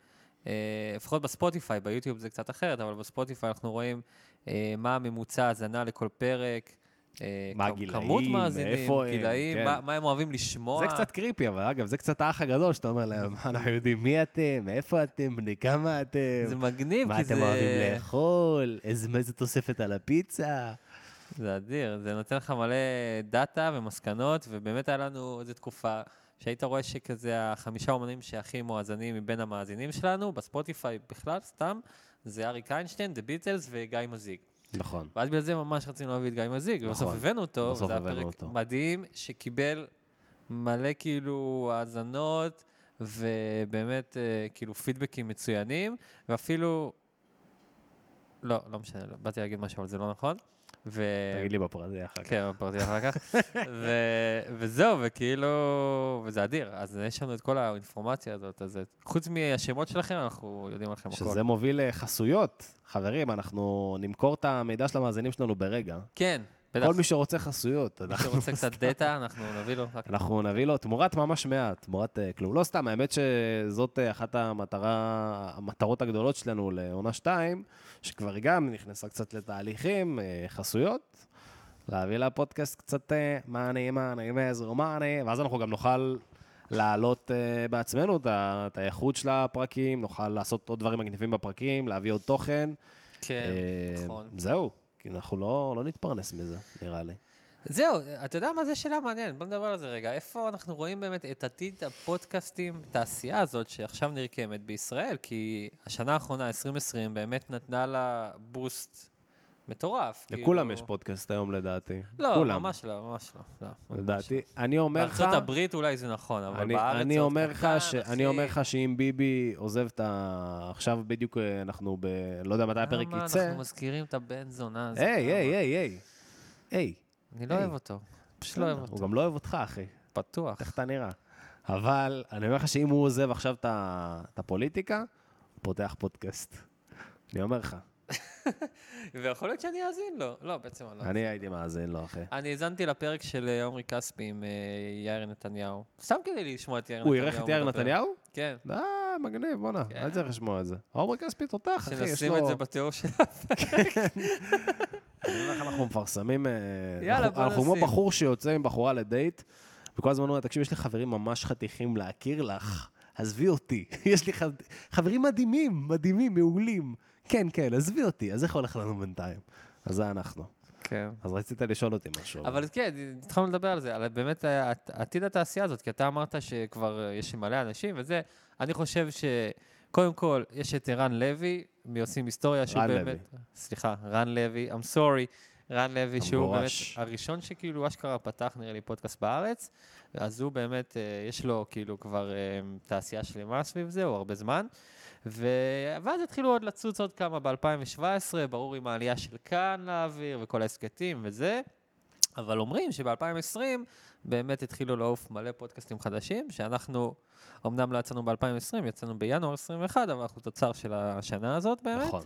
Speaker 2: אה, לפחות בספוטיפיי, ביוטיוב זה קצת אחרת, אבל בספוטיפיי אנחנו רואים אה, מה הממוצע האזנה לכל פרק, אה,
Speaker 1: מה
Speaker 2: כ-
Speaker 1: הגילאים,
Speaker 2: כמות מאזינים,
Speaker 1: מאיפה הם,
Speaker 2: גילאים,
Speaker 1: כן.
Speaker 2: מה, מה הם אוהבים לשמוע.
Speaker 1: זה קצת קריפי, אבל אגב, זה קצת האח הגדול, שאתה אומר להם, אנחנו יודעים מי אתם, מאיפה אתם, בני כמה אתם,
Speaker 2: זה מגניב,
Speaker 1: כאילו, מה
Speaker 2: כי
Speaker 1: אתם
Speaker 2: זה...
Speaker 1: אוהבים לאכול, איזה איזה תוספת על הפיצה.
Speaker 2: זה אדיר, זה נותן לך מלא דאטה ומסקנות, ובאמת היה לנו איזו תקופה שהיית רואה שכזה החמישה אומנים שהכי מואזנים מבין המאזינים שלנו, בספוטיפיי בכלל, סתם, זה אריק איינשטיין, דה ביטלס וגיא מזיג.
Speaker 1: נכון.
Speaker 2: ואז בגלל זה ממש רצינו להביא את גיא מזיג, ובסוף
Speaker 1: נכון,
Speaker 2: הבאנו אותו,
Speaker 1: בסוף
Speaker 2: וזה היה
Speaker 1: הבאנו
Speaker 2: פרק
Speaker 1: אותו.
Speaker 2: מדהים, שקיבל מלא כאילו האזנות, ובאמת אה, כאילו פידבקים מצוינים, ואפילו... לא, לא משנה, לא, באתי להגיד משהו, אבל זה לא נכון. ו...
Speaker 1: תגיד לי בפרטי אחר כך.
Speaker 2: כן, בפרטי אחר כך. ו- וזהו, וכאילו, וזה אדיר. אז יש לנו את כל האינפורמציה הזאת, אז חוץ מהשמות שלכם, אנחנו יודעים עליכם הכל.
Speaker 1: שזה מוביל לחסויות. חברים, אנחנו נמכור את המידע של המאזינים שלנו ברגע.
Speaker 2: כן, בטח.
Speaker 1: כל מי שרוצה חסויות,
Speaker 2: מי
Speaker 1: אנחנו
Speaker 2: שרוצה קצת דאטה, אנחנו נביא לו. רק-
Speaker 1: אנחנו נביא לו תמורת ממש מעט, תמורת אה, כלום. לא סתם, האמת שזאת אה, אחת המטרה, המטרות הגדולות שלנו לעונה 2, שכבר גם נכנסה קצת לתהליכים, אה, חסויות, להביא לפודקאסט קצת אה, מאני, מאני, מזר, מאני, ואז אנחנו גם נוכל להעלות אה, בעצמנו את ה- את האיכות של הפרקים, נוכל לעשות עוד דברים מגניבים בפרקים, להביא עוד תוכן.
Speaker 2: כן,
Speaker 1: אה,
Speaker 2: נכון.
Speaker 1: זהו. כי אנחנו לא, לא נתפרנס מזה, נראה לי.
Speaker 2: זהו, אתה יודע מה? זו שאלה מעניינת, בוא נדבר על זה רגע. איפה אנחנו רואים באמת את עתיד הפודקאסטים, את העשייה הזאת שעכשיו נרקמת בישראל? כי השנה האחרונה, 2020, באמת נתנה לה בוסט מטורף.
Speaker 1: לכולם
Speaker 2: כאילו-
Speaker 1: יש פודקאסט היום לדעתי.
Speaker 2: לא,
Speaker 1: כולם.
Speaker 2: ממש לא, ממש לא. לא ממש
Speaker 1: לדעתי. אני אומר לך...
Speaker 2: בארצות הברית אולי זה נכון, אבל
Speaker 1: אני,
Speaker 2: בארץ
Speaker 1: אני
Speaker 2: זה עוד
Speaker 1: אומר לך
Speaker 2: קטן,
Speaker 1: ש,
Speaker 2: אחי.
Speaker 1: אני אומר לך שאם ביבי עוזב את ה... עכשיו בדיוק אה, אנחנו ב... לא יודע מתי הפרק
Speaker 2: למה
Speaker 1: יצא.
Speaker 2: אה, אנחנו מזכירים את הבן זונה הזה?
Speaker 1: היי, היי,
Speaker 2: למה?
Speaker 1: היי, היי. היי.
Speaker 2: אני לא
Speaker 1: היי.
Speaker 2: אוהב אותו. פשוט לא אוהב
Speaker 1: הוא
Speaker 2: אותו.
Speaker 1: גם לא אוהב אותך, אחי.
Speaker 2: פתוח.
Speaker 1: איך אתה נראה. אבל אני אומר לך שאם הוא עוזב עכשיו את ה- את הפוליטיקה, הוא פותח פודקאסט. אני אומר לך.
Speaker 2: ויכול להיות שאני אאזין לו. לא, בעצם אני לא.
Speaker 1: אני הייתי מאזין לו, אחי.
Speaker 2: אני האזנתי לפרק של אה, עמרי כספי עם אה, יאיר נתניהו. סתם כדי לשמוע את יאיר
Speaker 1: הוא
Speaker 2: נתניהו.
Speaker 1: אירח את יאיר
Speaker 2: מדבר.
Speaker 1: נתניהו?
Speaker 2: כן.
Speaker 1: אה, מגניב, בואנה.
Speaker 2: כן.
Speaker 1: אני צריך לשמוע את זה. עומר כספי תותח, אחי, יש
Speaker 2: שנשים
Speaker 1: לו...
Speaker 2: את זה בתיאור של...
Speaker 1: אני אומר לך, אנחנו מפרסמים... אה,
Speaker 2: יאללה,
Speaker 1: אנחנו-
Speaker 2: בוא
Speaker 1: אנחנו
Speaker 2: נשים.
Speaker 1: כמו בחור שיוצא עם בחורה לדייט, וכל הזמן אומר, תקשיב, יש לי חברים ממש חתיכים להכיר לך, עזבי אותי. יש לי חד- חברים מדהימים, מדהימים, מעולים. כן, כן, עזבי אותי. אז איך הולך לנו בינתיים? אז זה אנחנו.
Speaker 2: כן.
Speaker 1: אז רצית לשאול אותי משהו.
Speaker 2: אבל כן, התחלנו לדבר על זה, על באמת ה- עתיד התעשייה הזאת, כי אתה אמרת שכבר אה, יש מלא אנשים וזה, אני חושב שקודם כל, יש את ערן לוי, מעושים היסטוריה, שהוא
Speaker 1: רן
Speaker 2: באמת...
Speaker 1: לוי.
Speaker 2: סליחה, רן לוי, I'm sorry, רן לוי, שהוא באמת
Speaker 1: המגורש.
Speaker 2: הראשון שכאילו אשכרה פתח, נראה לי, פודקאסט בארץ, אז הוא באמת, אה, יש לו כאילו כבר אה, תעשייה שלמה סביב זה, הוא הרבה זמן. ו... ואז התחילו עוד לצוץ עוד כמה ב-2017, ברור עם העלייה של כאן לאוויר וכל ההסכתים וזה. אבל אומרים שב-2020 באמת התחילו לעוף מלא פודקאסטים חדשים, שאנחנו, אמנם לא יצאנו ב-2020, יצאנו בינואר 21, אבל אנחנו תוצר של השנה הזאת באמת.
Speaker 1: נכון.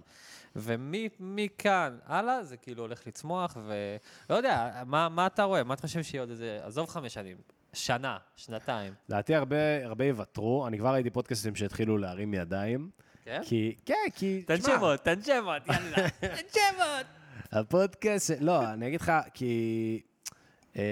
Speaker 2: ומכאן הלאה זה כאילו הולך לצמוח, ולא יודע, מה, מה אתה רואה? מה אתה חושב שיהיה עוד איזה, עזוב חמש שנים, שנה, שנתיים,
Speaker 1: לדעתי הרבה הרבה יוותרו, אני כבר ראיתי פודקאסטים שהתחילו להרים ידיים.
Speaker 2: כן?
Speaker 1: כי, כן, כי,
Speaker 2: תן
Speaker 1: תשמע,
Speaker 2: שמות, תן שמות, יאללה, תן שמות.
Speaker 1: הפודקאסט, לא, אני אגיד לך, כי... אה,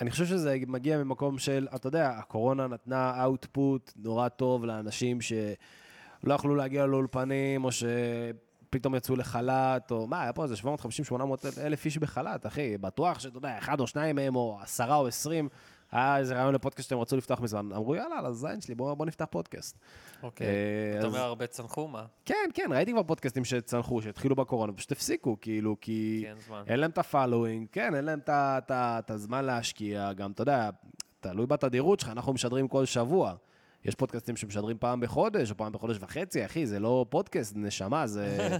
Speaker 1: אני חושב שזה מגיע ממקום של, אתה יודע, הקורונה נתנה output נורא טוב לאנשים שלא יכלו להגיע לאולפנים, או שפתאום יצאו לחל"ת, או מה, היה פה איזה 750-800 אלף איש בחל"ת, אחי, בטוח שאתה יודע, אחד או שניים מהם, או עשרה או עשרים, היה איזה רעיון לפודקאסט שהם רצו לפתוח מזמן, אמרו, יאללה, על הזין שלי, בוא, בוא נפתח פודקאסט. אה,
Speaker 2: כן. אתה
Speaker 1: אז-
Speaker 2: אומר הרבה צנחו מה?
Speaker 1: כן, כן, ראיתי כבר פודקאסטים שצנחו, שהתחילו בקורונה, פשוט הפסיקו, כאילו, כי...
Speaker 2: כן, זמן.
Speaker 1: אין להם את הפלואינג, כן, אין להם את ה- את ה- את הזמן להשקיע, גם, אתה יודע, תלוי בתדירות שלך, אנחנו משדרים כל שבוע. יש פודקאסטים שמשדרים פעם בחודש, או פעם בחודש וחצי, אחי, זה לא פודקאסט, נשמה, זה...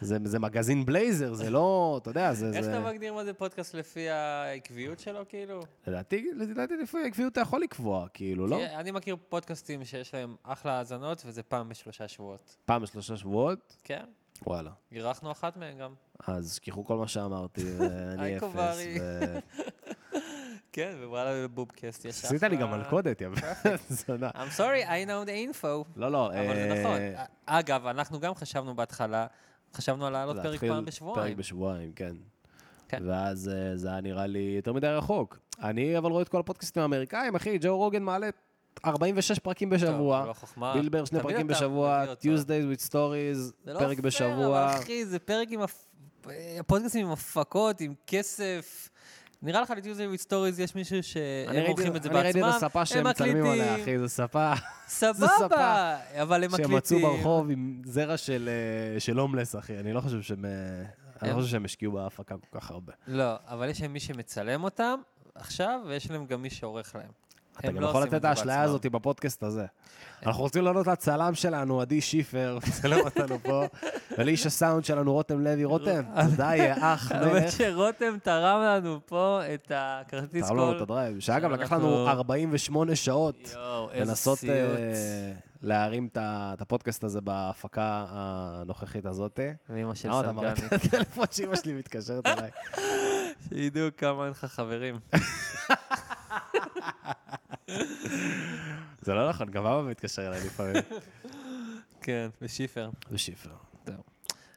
Speaker 1: זה, זה מגזין בלייזר, זה לא, אתה יודע, זה...
Speaker 2: איך
Speaker 1: זה...
Speaker 2: אתה מגדיר מה זה פודקאסט לפי העקביות שלו, כאילו?
Speaker 1: לדעתי, לדעתי לפי העקביות אתה יכול לקבוע, כאילו, לא?
Speaker 2: כי אני מכיר פודקאסטים שיש להם אחלה האזנות, וזה פעם בשלושה שבועות.
Speaker 1: פעם בשלושה שבועות,
Speaker 2: כן?
Speaker 1: וואלה.
Speaker 2: אירחנו אחת מהן גם.
Speaker 1: אז שכחו כל מה שאמרתי, ואני
Speaker 2: היי,
Speaker 1: אפס.
Speaker 2: קוברי.
Speaker 1: ו-
Speaker 2: כן, ווואלה, בובקאסט יש
Speaker 1: עשית לי גם
Speaker 2: אחלה-
Speaker 1: מלכודת, יא זונה.
Speaker 2: I'm sorry, I know the info.
Speaker 1: לא, לא.
Speaker 2: אבל זה
Speaker 1: אה,
Speaker 2: נכון. אגב, אנחנו גם חשבנו בהתחלה, חשבנו על לעלות פרק
Speaker 1: להתחיל
Speaker 2: פעם
Speaker 1: פרק
Speaker 2: בשבועיים.
Speaker 1: בשבועיים, כן.
Speaker 2: כן.
Speaker 1: ואז אה, זה היה נראה לי יותר מדי רחוק. אני אבל רואה את כל הפודקאסטים האמריקאים, אחי, ג'ו רוגן מעלה 46 פרקים
Speaker 2: טוב,
Speaker 1: בשבוע,
Speaker 2: לא חוכמה.
Speaker 1: בילבר שני
Speaker 2: תביא
Speaker 1: פרקים
Speaker 2: אותה,
Speaker 1: בשבוע,
Speaker 2: תביא אותה.
Speaker 1: Tuesdays with Stories,
Speaker 2: זה לא
Speaker 1: פרק
Speaker 2: פייר,
Speaker 1: בשבוע.
Speaker 2: אבל אחי, זה פרק עם הפ- הפודקאסטים עם הפקות, עם כסף. נראה לך לטיוזי וויד סטוריז יש מישהו
Speaker 1: אני
Speaker 2: שהם
Speaker 1: ראיתי-
Speaker 2: עורכים את זה
Speaker 1: אני ראיתי
Speaker 2: בעצמם,
Speaker 1: את הספה שהם מצלמים עליה,
Speaker 2: מקליטים,
Speaker 1: אחי, זו ספה
Speaker 2: סבבה, אבל הם
Speaker 1: שהם
Speaker 2: מקליטים.
Speaker 1: מצאו ברחוב עם זרע של אה, של הומלס, אחי. אני לא חושב שהם... אה, אני לא
Speaker 2: הם-
Speaker 1: חושב שהם השקיעו בהפקה כל כך הרבה.
Speaker 2: לא, אבל יש להם מי שמצלם אותם עכשיו, ויש להם גם מי שעורך להם.
Speaker 1: אתה
Speaker 2: הם
Speaker 1: גם
Speaker 2: לא
Speaker 1: יכול
Speaker 2: עושים
Speaker 1: לתת
Speaker 2: את
Speaker 1: את
Speaker 2: זה
Speaker 1: האשליה
Speaker 2: בעצמם.
Speaker 1: הזאת בפודקאסט הזה. אנחנו רוצים לענות לצלם שלנו, עדי שיפר, מצלם אותנו פה, ולאיש הסאונד שלנו, רותם לוי. רותם, תודה, יא אח,
Speaker 2: האמת
Speaker 1: מלך.
Speaker 2: שרותם תרם לנו פה את הכרטיס
Speaker 1: תרם לנו
Speaker 2: קול.
Speaker 1: את הדרייב, שאגב, לקח לנו
Speaker 2: שאנחנו-
Speaker 1: 48 שעות
Speaker 2: יואו, איזה
Speaker 1: לנסות
Speaker 2: סיוט.
Speaker 1: אה, להרים את ה- את הפודקאסט הזה בהפקה הנוכחית הזאת.
Speaker 2: ואימא של
Speaker 1: למה אתה מראה
Speaker 2: סרגני.
Speaker 1: את הטלפון שאימא שלי מתקשרת אליי?
Speaker 2: שידעו כמה אין לך חברים.
Speaker 1: זה לא נכון, גם אבא מתקשר אליי לפעמים.
Speaker 2: כן, ושיפר.
Speaker 1: ושיפר.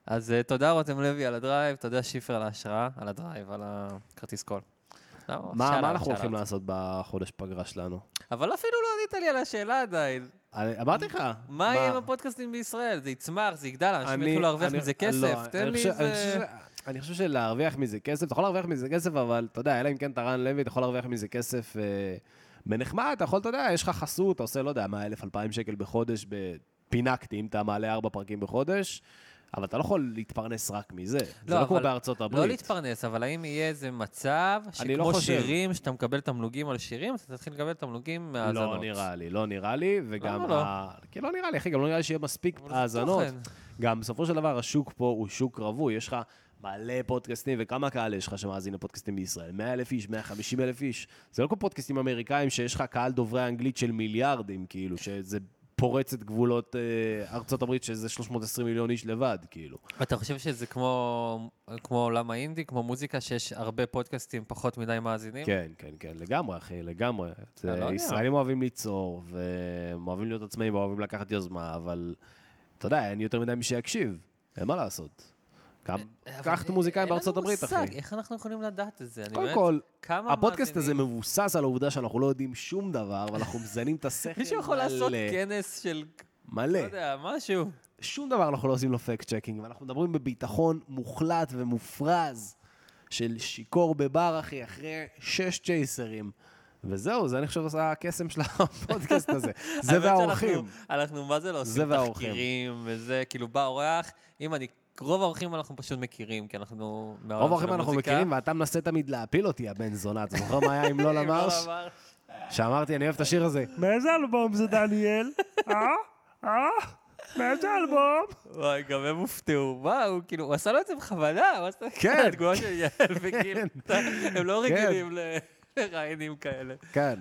Speaker 2: אז אה, תודה רותם לוי על הדרייב, תודה שיפר על ההשראה, על הדרייב, על הכרטיס קול. למה?
Speaker 1: מה
Speaker 2: שאלה,
Speaker 1: מה אנחנו
Speaker 2: שאלה.
Speaker 1: הולכים לעשות בחודש פגרה שלנו?
Speaker 2: אבל אפילו לא ענית לי על השאלה עדיין.
Speaker 1: אני- אמרתי לך.
Speaker 2: מה יהיה עם הפודקאסטים בישראל? זה יצמח, זה יגדל, אנשים
Speaker 1: אני-
Speaker 2: יתחילו להרוויח
Speaker 1: אני-
Speaker 2: מזה
Speaker 1: לא,
Speaker 2: כסף,
Speaker 1: אני
Speaker 2: תן לי
Speaker 1: חושב- אני
Speaker 2: איזה...
Speaker 1: חושב ש- אני חושב שלהרוויח מזה כסף, אתה יכול להרוויח מזה כסף, אבל אתה יודע, אלא אם כן אתה רן לוי, אתה יכול להרוויח מזה כסף אה, בנחמד, אתה יכול, אתה יודע, יש לך חסות, אתה עושה, לא יודע, 100 אלף, 2,000 שקל בחודש בפינקטי, אם אתה מעלה ארבע פרקים בחודש, אבל אתה לא יכול להתפרנס רק מזה. זה לא כמו
Speaker 2: אבל-
Speaker 1: בארצות הברית.
Speaker 2: לא להתפרנס, אבל האם יהיה איזה מצב
Speaker 1: אני לא
Speaker 2: שכמו
Speaker 1: חושב.
Speaker 2: שירים, שאתה מקבל תמלוגים על שירים, אתה תתחיל לקבל תמלוגים מהאזנות?
Speaker 1: לא נראה לי, לא נראה לי,
Speaker 2: למה
Speaker 1: וגם...
Speaker 2: לא?
Speaker 1: ה- כי לא נראה לי, אחי, גם לא נראה לי שיהיה מספיק
Speaker 2: אבל זה
Speaker 1: האזנות.
Speaker 2: תוכן.
Speaker 1: גם בסופו של דבר השוק פה הוא שוק רווי, יש לך מלא פודקאסטים, וכמה קהל יש לך שמאזין לפודקאסטים בישראל? 100 אלף איש, 150 אלף איש. זה לא כמו פודקאסטים אמריקאים שיש לך קהל דוברי אנגלית של מיליארדים, כאילו, שזה פורץ את גבולות אה, ארצות הברית, שזה 320 מיליון איש לבד, כאילו.
Speaker 2: אתה חושב שזה כמו, כמו עולם האינדי, כמו מוזיקה, שיש הרבה פודקאסטים, פחות מדי מאזינים?
Speaker 1: כן, כן, כן, לגמרי, אחי, לגמרי. זה,
Speaker 2: לא יודע.
Speaker 1: ישראלים אוהבים ליצור, והם אוהבים להיות עצמאים, ואוהבים לקחת יוזמה, אבל אתה יודע, אין יותר מדי מי שיקשיב, אין מה לעשות. גם-
Speaker 2: אבל
Speaker 1: קח את
Speaker 2: אה,
Speaker 1: המוזיקאים
Speaker 2: אין לנו
Speaker 1: בארצות הברית,
Speaker 2: מושג,
Speaker 1: אחי.
Speaker 2: איך אנחנו יכולים לדעת את זה? אני
Speaker 1: קודם
Speaker 2: באמת-
Speaker 1: כל,
Speaker 2: כמה
Speaker 1: הפודקאסט הזה
Speaker 2: מאזינים?
Speaker 1: מבוסס על העובדה שאנחנו לא יודעים שום דבר, ואנחנו מזנים את השכל מלא. כן.
Speaker 2: מישהו יכול לעשות כנס של, לא
Speaker 1: מלא.
Speaker 2: יודע, משהו.
Speaker 1: שום דבר אנחנו לא עושים לו פקט צ'קינג, ואנחנו מדברים בביטחון מוחלט ומופרז של שיכור בבר, אחי, אחרי שש צ'ייסרים. וזהו, זה אני חושב עשה הקסם של הפודקאסט הזה. זה
Speaker 2: האמת שאנחנו-
Speaker 1: והאורחים.
Speaker 2: אנחנו, מה זה לא
Speaker 1: זה
Speaker 2: עושים
Speaker 1: והאורחים.
Speaker 2: תחקירים וזה, כאילו בא אורח, אם אני, רוב האורחים אנחנו פשוט מכירים, כי אנחנו מהעולם
Speaker 1: רוב
Speaker 2: של
Speaker 1: האורחים אנחנו
Speaker 2: המוזיקה.
Speaker 1: מכירים, ואתה מנסה תמיד להפיל אותי, הבן זונה. אתה זוכר מה היה עם לולה
Speaker 2: אם לא
Speaker 1: מרש?
Speaker 2: אמר-
Speaker 1: שאמרתי, אני אוהב את השיר הזה. מאיזה אלבום זה, דניאל? אה? אה? מאיזה אלבום?
Speaker 2: וואי, גם הם הופתעו. מה, הוא כאילו, הוא עשה לו את זה בכוונה, הוא עשה
Speaker 1: כן.
Speaker 2: התגובה של יעל, וכאילו, אתה- הם לא
Speaker 1: כן.
Speaker 2: רגילים ל- לראיינים כאלה.
Speaker 1: כן.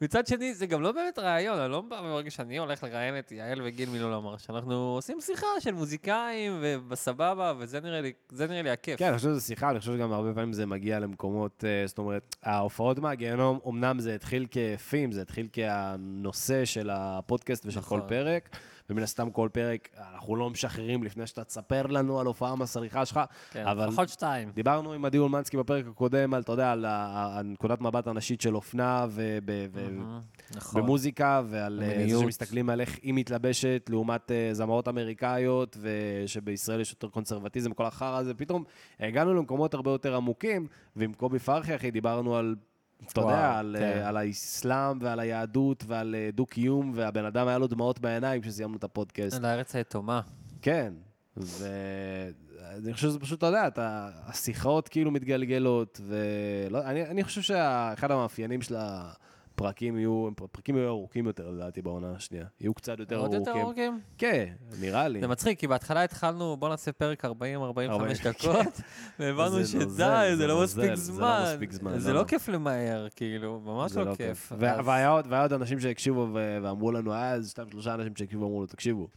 Speaker 2: מצד שני, זה גם לא באמת ראיון, אני לא בא ברגע שאני הולך לראיין את יעל וגיל מילול אמר, שאנחנו עושים שיחה של מוזיקאים ובסבבה, וזה נראה לי, זה נראה לי הכיף.
Speaker 1: כן, אני חושב שזו שיחה, אני חושב שגם הרבה פעמים זה מגיע למקומות, אה, זאת אומרת, ההופעות מהגיהנום, אמנם זה התחיל כפים, זה התחיל כהנושא של הפודקאסט ושל כל
Speaker 2: נכון.
Speaker 1: פרק, ומן הסתם כל פרק, אנחנו לא משחררים לפני שאתה תספר לנו על הופעה מסריחה שלך,
Speaker 2: כן,
Speaker 1: אבל
Speaker 2: לפחות שתיים.
Speaker 1: דיברנו עם עדי אולמנסקי בפרק הקודם, על, אתה יודע, על ה- הנקודת מבט הנשית של אופנה
Speaker 2: נכון.
Speaker 1: ובמוזיקה, ועל אה, זה
Speaker 2: המיניות.
Speaker 1: שמסתכלים על איך היא מתלבשת לעומת אה, זמרות אמריקאיות, ושבישראל יש יותר קונסרבטיזם, כל החרא הזה, פתאום הגענו למקומות הרבה יותר עמוקים, ועם קובי פרחי, אחי, דיברנו על... אתה יודע,
Speaker 2: וואו,
Speaker 1: על,
Speaker 2: כן.
Speaker 1: אה, על האסלאם ועל היהדות ועל אה, דו-קיום, והבן אדם היה לו דמעות בעיניים כשסיימנו את הפודקאסט.
Speaker 2: לארץ היתומה.
Speaker 1: כן, ואני חושב שזה פשוט, אתה יודע, אתה... השיחות כאילו מתגלגלות, ואני אני חושב שאחד המאפיינים של הפרקים יהיו, הפרקים יהיו ארוכים יותר, לדעתי, בעונה השנייה. יהיו קצת יותר
Speaker 2: עוד
Speaker 1: ארוכים.
Speaker 2: יותר ארוכים?
Speaker 1: כן, נראה לי.
Speaker 2: זה מצחיק, כי בהתחלה התחלנו, בוא נעשה פרק 40-45 דקות, והבנו
Speaker 1: זה
Speaker 2: שדי,
Speaker 1: נוזל,
Speaker 2: זה לא
Speaker 1: זה
Speaker 2: מספיק
Speaker 1: נוזל, זה לא
Speaker 2: זמן.
Speaker 1: מספיק זמן,
Speaker 2: זה לא
Speaker 1: למה?
Speaker 2: כיף למהר, כאילו, ממש
Speaker 1: זה
Speaker 2: לא כיף.
Speaker 1: ו-
Speaker 2: אז-
Speaker 1: והיה עוד- והיה עוד אנשים שהקשיבו ו- ואמרו לנו, היה איזה שתיים, שלושה אנשים שהקשיבו ואמרו לו, תקשיבו,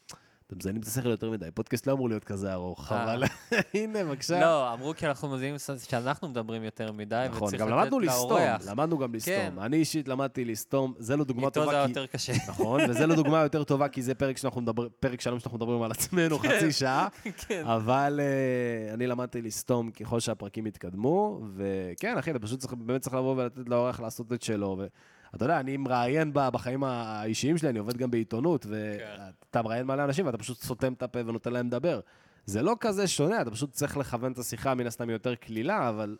Speaker 1: אתם מזיינים את השכל יותר מדי, פודקאסט לא אמור להיות כזה ארוך,
Speaker 2: אה.
Speaker 1: אבל הנה, בבקשה.
Speaker 2: לא, אמרו כי אנחנו מזינים שאנחנו מדברים יותר מדי,
Speaker 1: נכון,
Speaker 2: וצריך
Speaker 1: גם
Speaker 2: לתת
Speaker 1: למדנו לסתום,
Speaker 2: לאורח.
Speaker 1: למדנו גם לסתום.
Speaker 2: כן.
Speaker 1: אני אישית למדתי לסתום, זה לא דוגמה
Speaker 2: איתו זה
Speaker 1: טובה,
Speaker 2: היה
Speaker 1: כי...
Speaker 2: יותר קשה.
Speaker 1: נכון, וזה לא דוגמה יותר טובה, כי זה פרק שאנחנו מדברים, פרק שלם שאנחנו מדברים על עצמנו חצי שעה,
Speaker 2: כן.
Speaker 1: אבל אה, אני למדתי לסתום ככל שהפרקים התקדמו, וכן, אחי, אתה פשוט צריך, באמת צריך לבוא ולתת לאורח לעשות את שלו. ו... אתה יודע, אני מראיין ב- בחיים האישיים שלי, אני עובד גם בעיתונות,
Speaker 2: כן.
Speaker 1: ואתה מראיין מלא אנשים ואתה פשוט סותם את הפה ונותן להם לדבר. זה לא כזה שונה, אתה פשוט צריך לכוון את השיחה, מן הסתם היא יותר קלילה, אבל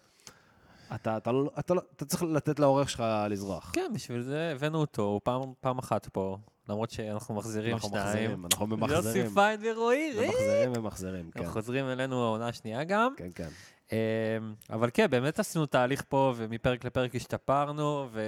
Speaker 1: אתה, אתה, לא- אתה, לא- אתה צריך לתת לאורך שלך לזרוח.
Speaker 2: כן, בשביל זה הבאנו אותו, הוא פעם- פעם אחת פה, למרות שאנחנו מחזירים
Speaker 1: אנחנו
Speaker 2: שניים.
Speaker 1: מחזירים, אנחנו ממחזרים.
Speaker 2: יוסי פיין ורועי, ראי.
Speaker 1: ממחזרים ומחזירים, כן.
Speaker 2: הם חוזרים אלינו העונה השנייה גם.
Speaker 1: כן, כן.
Speaker 2: אמ, אבל כן, באמת עשינו תהליך פה, ומפרק לפרק השתפרנו, ו...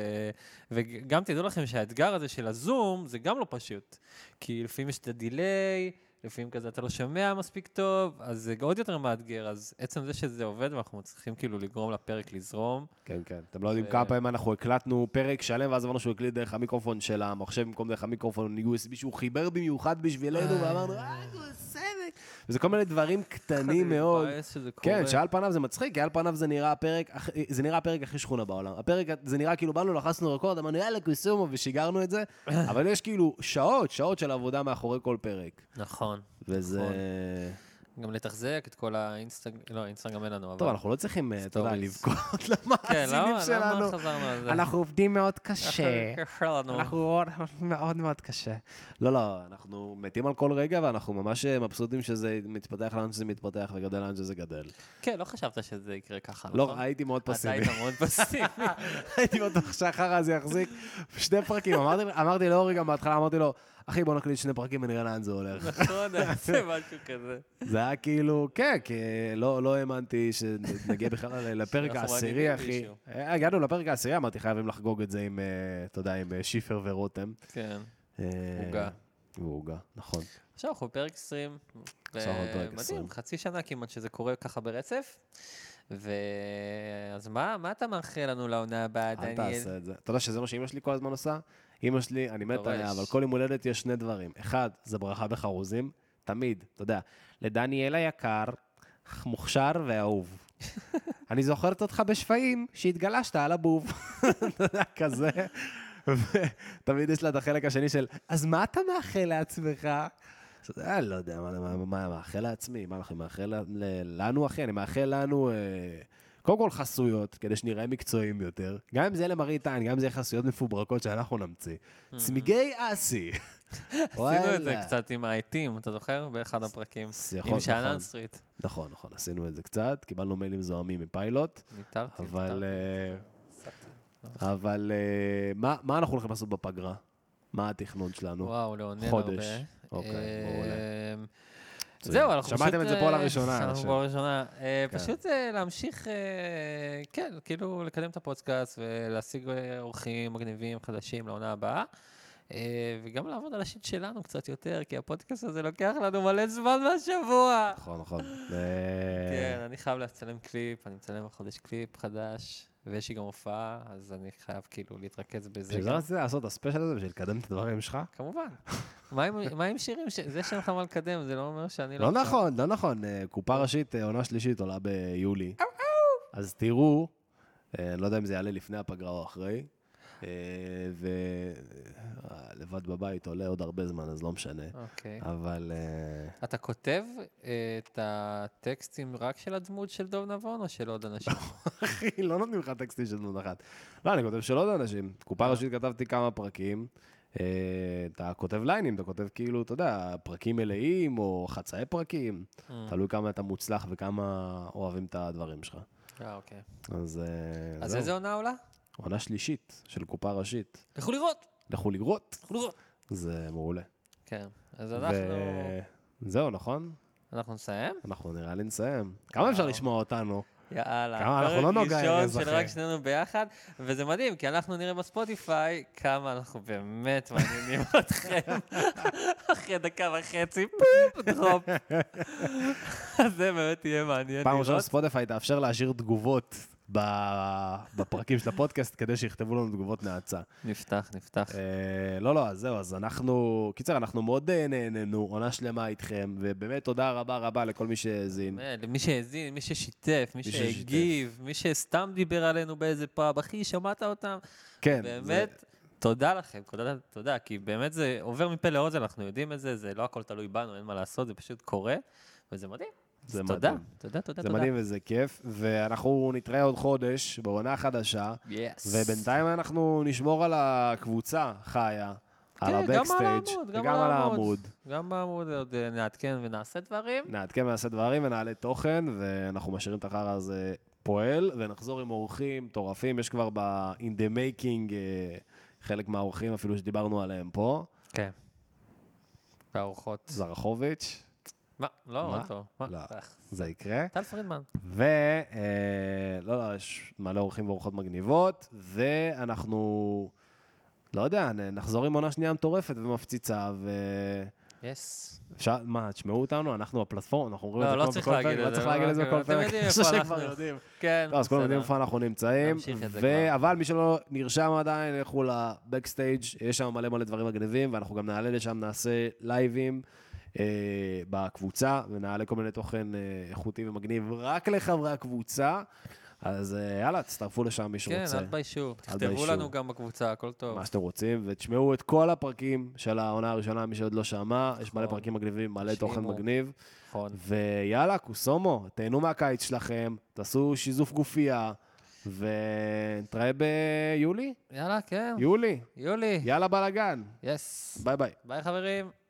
Speaker 2: וגם תדעו לכם שהאתגר הזה של הזום, זה גם לא פשוט. כי לפעמים יש את הדיליי, לפעמים כזה אתה לא שומע מספיק טוב, אז זה עוד יותר מאתגר. אז עצם זה שזה עובד, ואנחנו צריכים כאילו לגרום לפרק לזרום.
Speaker 1: כן, כן. אתם לא יודעים כמה פעמים אנחנו הקלטנו פרק שלם, ואז אמרנו שהוא הקליט דרך המיקרופון של המחשב במקום דרך המיקרופון USB שהוא חיבר במיוחד בשבילנו, ואמרנו, אה, זה בסדר. וזה כל מיני דברים קטנים מאוד.
Speaker 2: אני מתבאס שזה קורה.
Speaker 1: כן, שעל פניו זה מצחיק, כי על פניו זה נראה הפרק, הכ- זה נראה הפרק הכי שכונה בעולם. הפרק, זה נראה כאילו באנו, לחצנו רקורד, אמרנו יאללה, קוסומו, ושיגרנו את זה, אבל יש כאילו שעות, שעות של עבודה מאחורי כל פרק.
Speaker 2: נכון.
Speaker 1: וזה...
Speaker 2: גם לתחזק את כל האינסטגרם, לא, אינסטגרם אין לנו, אבל...
Speaker 1: טוב, אנחנו לא צריכים, אה, אתה יודע,
Speaker 2: Stories.
Speaker 1: לבכות
Speaker 2: כן,
Speaker 1: למאזינים
Speaker 2: למה-
Speaker 1: שלנו.
Speaker 2: למה חזרנו על זה?
Speaker 1: אנחנו עובדים מאוד
Speaker 2: קשה
Speaker 1: קשה.
Speaker 2: לנו.
Speaker 1: אנחנו מאוד- מאוד מאוד קשה. לא, לא, אנחנו מתים על כל רגע, ואנחנו ממש אה, מבסוטים שזה מתפתח לאן שזה מתפתח וגדל לאן שזה גדל.
Speaker 2: כן, לא חשבת שזה יקרה ככה, נכון?
Speaker 1: לא, הייתי מאוד פסימי.
Speaker 2: אתה היית מאוד פסימי.
Speaker 1: הייתי בטוח שהחרא הזה יחזיק שני פרקים. אמרתי- אמרתי לאורי גם בהתחלה, אמרתי לו, אחי, בוא נקליט שני פרקים ונראה לאן זה הולך.
Speaker 2: נכון, זה משהו כזה.
Speaker 1: זה היה כאילו, כן, כי לא לא האמנתי שנגיע בכלל לפרק
Speaker 2: שאנחנו
Speaker 1: העשירי,
Speaker 2: מגניבים
Speaker 1: אחי.
Speaker 2: מישהו.
Speaker 1: אה, הגענו לפרק העשירי, אמרתי, חייבים לחגוג את זה עם, אה, אתה יודע, עם אה, שיפר ורותם.
Speaker 2: כן.
Speaker 1: אה,
Speaker 2: עוגה.
Speaker 1: ועוגה, נכון.
Speaker 2: עכשיו אנחנו בפרק 20. ו-
Speaker 1: עכשיו אנחנו בפרק
Speaker 2: מדהים,
Speaker 1: 20.
Speaker 2: חצי שנה כמעט שזה קורה ככה ברצף. ו... אז מה, מה אתה מאחל לנו לעונה הבאה,
Speaker 1: אל
Speaker 2: דניאל?
Speaker 1: תעשה את זה. אתה יודע שזה מה שאימא שלי כל הזמן עושה? אימא שלי, אני מת
Speaker 2: דורש.
Speaker 1: עליה, אבל כל יום הולדת יש שני דברים. אחד, זה ברכה בחרוזים, תמיד, אתה יודע. לדניאל היקר, מוכשר ואהוב. אני זוכרת אותך בשפיים, שהתגלשת על הבוב. אתה יודע, כזה. ותמיד יש לה את החלק השני של, אז מה אתה מאחל לעצמך? אז, אה, לא יודע, מה- מה- מה מאחל לעצמי? מה אנחנו מאחל ל- לנו, אחי? אני מאחל לנו, אה, קודם כל חסויות, כדי שנראה מקצועיים יותר. גם אם זה יהיה למראית עין, גם אם זה יהיה חסויות מפוברקות שאנחנו נמציא. צמיגי אסי.
Speaker 2: Mm-hmm. עשינו את זה
Speaker 1: וואלה.
Speaker 2: קצת עם העטים, אתה זוכר? באחד הפרקים.
Speaker 1: יכול,
Speaker 2: עם
Speaker 1: נכון.
Speaker 2: שאנן סטריט.
Speaker 1: נכון, נכון, עשינו את זה קצת, קיבלנו מיילים זוהמים מפיילוט,
Speaker 2: ניתרתי.
Speaker 1: אבל...
Speaker 2: ניתרתי.
Speaker 1: אה, אבל אה, מה מה אנחנו הולכים לעשות בפגרה? מה התכנון שלנו?
Speaker 2: וואו, לעונן הרבה.
Speaker 1: לא. חודש. אוקיי, מעולה.
Speaker 2: מעולה.
Speaker 1: זה-
Speaker 2: אה, זהו, אנחנו פשוט...
Speaker 1: שמעתם את זה פה
Speaker 2: אה,
Speaker 1: לראשונה, אני
Speaker 2: אנחנו
Speaker 1: חושב.
Speaker 2: פה לראשונה. אה,
Speaker 1: כן.
Speaker 2: פשוט אה, להמשיך, אה, כן, כאילו לקדם את הפודקאסט ולהשיג אה, אורחים מגניבים חדשים לעונה הבאה. אה, וגם לעבוד על השיט שלנו קצת יותר, כי הפודקאסט הזה לוקח לנו מלא זמן מהשבוע.
Speaker 1: נכון, נכון. אה,
Speaker 2: כן, אני חייב לצלם קליפ, אני מצלם החודש קליפ חדש, ויש לי גם הופעה, אז אני חייב כאילו להתרכז בזה.
Speaker 1: בשביל זה
Speaker 2: גם.
Speaker 1: רציתי לעשות את הספיישל הזה, בשביל לקדם את הדברים שלך?
Speaker 2: כמובן. מה עם- מה עם שירים? ש- זה שאין לך מה לקדם, זה לא אומר שאני לא...
Speaker 1: לא
Speaker 2: עכשיו-
Speaker 1: נכון, לא נכון. אה, קופה ראשית, אה, עונה שלישית עולה ביולי. אז תראו, אה, אני לא יודע אם זה יעלה לפני הפגרה או אחרי, אה, ולבד בבית עולה עוד הרבה זמן, אז לא משנה.
Speaker 2: אוקיי.
Speaker 1: אבל אה,
Speaker 2: אתה כותב אה, את הטקסטים רק של הדמות של דוב נבון או של עוד אנשים?
Speaker 1: אחי, לא נותנים לך טקסטים של דמות אחת. לא, אני כותב של עוד אנשים.
Speaker 2: אה.
Speaker 1: קופה ראשית כתבתי כמה פרקים. אה, אתה כותב ליינים, אתה כותב כאילו, אתה יודע, פרקים מלאים או חצאי פרקים. תלוי כמה אתה מוצלח וכמה אוהבים את הדברים שלך.
Speaker 2: אה, אוקיי.
Speaker 1: אז אה,
Speaker 2: אז
Speaker 1: זהו.
Speaker 2: איזה עונה עולה?
Speaker 1: עונה שלישית של קופה ראשית.
Speaker 2: לכו לראות!
Speaker 1: לכו לראות.
Speaker 2: לכו לראות!
Speaker 1: זה מעולה.
Speaker 2: כן, אז אנחנו
Speaker 1: זהו, נכון?
Speaker 2: אנחנו נסיים?
Speaker 1: אנחנו נראה לי נסיים. כמה
Speaker 2: אה.
Speaker 1: אפשר לשמוע אותנו?
Speaker 2: יאללה.
Speaker 1: כמה אנחנו לא נוגע
Speaker 2: פרק
Speaker 1: ארז,
Speaker 2: ראשון של רק
Speaker 1: אחי.
Speaker 2: שנינו ביחד, וזה מדהים, כי אנחנו נראה בספוטיפיי כמה אנחנו באמת מעניינים אתכם. אחרי דקה וחצי, פופ, דרופ. אז זה באמת יהיה מעניין
Speaker 1: פעם ראשונה
Speaker 2: לראות.
Speaker 1: ספוטיפיי תאפשר להשאיר תגובות ב- בפרקים של הפודקאסט כדי שיכתבו לנו תגובות נאצה.
Speaker 2: נפתח, נפתח.
Speaker 1: אה, לא, לא, אז זהו, אז אנחנו... קיצר, אנחנו מאוד אה, נהנינו, עונה שלמה איתכם, ובאמת תודה רבה רבה לכל מי שהאזין.
Speaker 2: באמת, אה, למי שהאזין, מי ששיתף, מי
Speaker 1: מי ששיתף.
Speaker 2: שהגיב, מי שסתם דיבר עלינו באיזה פאב, אחי, שמעת אותם?
Speaker 1: כן, זה-
Speaker 2: באמת, תודה לכם, תודה, תודה, כי באמת זה עובר מפה לאוזן, אנחנו יודעים את זה, זה לא הכל תלוי בנו, אין מה לעשות, זה פשוט קורה, וזה מדהים.
Speaker 1: זה
Speaker 2: אז תודה,
Speaker 1: מדהים.
Speaker 2: תודה, תודה,
Speaker 1: זה
Speaker 2: תודה.
Speaker 1: מדהים וזה כיף, ואנחנו נתראה עוד חודש בעונה החדשה.
Speaker 2: Yes.
Speaker 1: ובינתיים אנחנו נשמור על הקבוצה חיה, על
Speaker 2: כן, גם על
Speaker 1: הבקסטייג'
Speaker 2: העמוד, גם
Speaker 1: וגם על העמוד.
Speaker 2: גם בעמוד עוד אה, נעדכן ונעשה דברים.
Speaker 1: נעדכן ונעשה דברים ונעלה תוכן, ואנחנו משאירים את החרא הזה פועל, ונחזור עם אורחים מטורפים. יש כבר ב-in the making אה, חלק מהאורחים אפילו שדיברנו עליהם פה,
Speaker 2: כן. והארוחות.
Speaker 1: זרחוביץ',
Speaker 2: מה? לא,
Speaker 1: לא. מה?
Speaker 2: אותו. מה?
Speaker 1: לא.
Speaker 2: אה,
Speaker 1: זה יקרה.
Speaker 2: טל פרידמן.
Speaker 1: ו... אה, לא, לא, יש מלא אורחים ואורחות מגניבות, ואנחנו, לא יודע, נ- נחזור עם עונה שנייה מטורפת ומפציצה, ו...
Speaker 2: יס.
Speaker 1: אפשר, מה, תשמעו אותנו, אנחנו הפלטפורמה, אנחנו אומרים את
Speaker 2: לא,
Speaker 1: זה
Speaker 2: לא
Speaker 1: כמו
Speaker 2: צריך
Speaker 1: בכל
Speaker 2: להגיד
Speaker 1: פרק,
Speaker 2: את
Speaker 1: לא
Speaker 2: זה,
Speaker 1: צריך להגיד את זה
Speaker 2: אוקיי,
Speaker 1: בכל
Speaker 2: אתם
Speaker 1: פרק,
Speaker 2: יודעים
Speaker 1: אני
Speaker 2: איפה
Speaker 1: חושב שכבר
Speaker 2: אנחנו.
Speaker 1: יודעים.
Speaker 2: כן,
Speaker 1: לא, אז כולם יודעים
Speaker 2: בסדר.
Speaker 1: איפה אנחנו נמצאים.
Speaker 2: נמשיך את זה
Speaker 1: ו-
Speaker 2: כבר.
Speaker 1: אבל מי שלא נרשם עדיין, לכו לבקסטייג', יש שם מלא מלא דברים מגניבים, ואנחנו גם נעלה לשם, נעשה לייבים אה, בקבוצה, ונעלה כל מיני תוכן אה, איכותי ומגניב רק לחברי הקבוצה. אז אה, יאללה, תצטרפו לשם, מי
Speaker 2: כן,
Speaker 1: שרוצה.
Speaker 2: אל תביישו. תכתבו
Speaker 1: תביישו.
Speaker 2: לנו גם בקבוצה, הכל טוב.
Speaker 1: מה שאתם רוצים, ותשמעו את כל הפרקים של העונה הראשונה, מי שעוד לא שמע, יש מלא
Speaker 2: נכון.
Speaker 1: פרקים מגניבים, מלא
Speaker 2: שימו.
Speaker 1: תוכן מגניב,
Speaker 2: נכון.
Speaker 1: ויאללה, קוסומו, תהנו מהקיץ שלכם, תעשו שיזוף גופייה, ונתראה ביולי?
Speaker 2: יאללה, כן.
Speaker 1: יולי.
Speaker 2: יולי.
Speaker 1: יאללה בלאגן,
Speaker 2: יס.
Speaker 1: ביי ביי.
Speaker 2: ביי, חברים.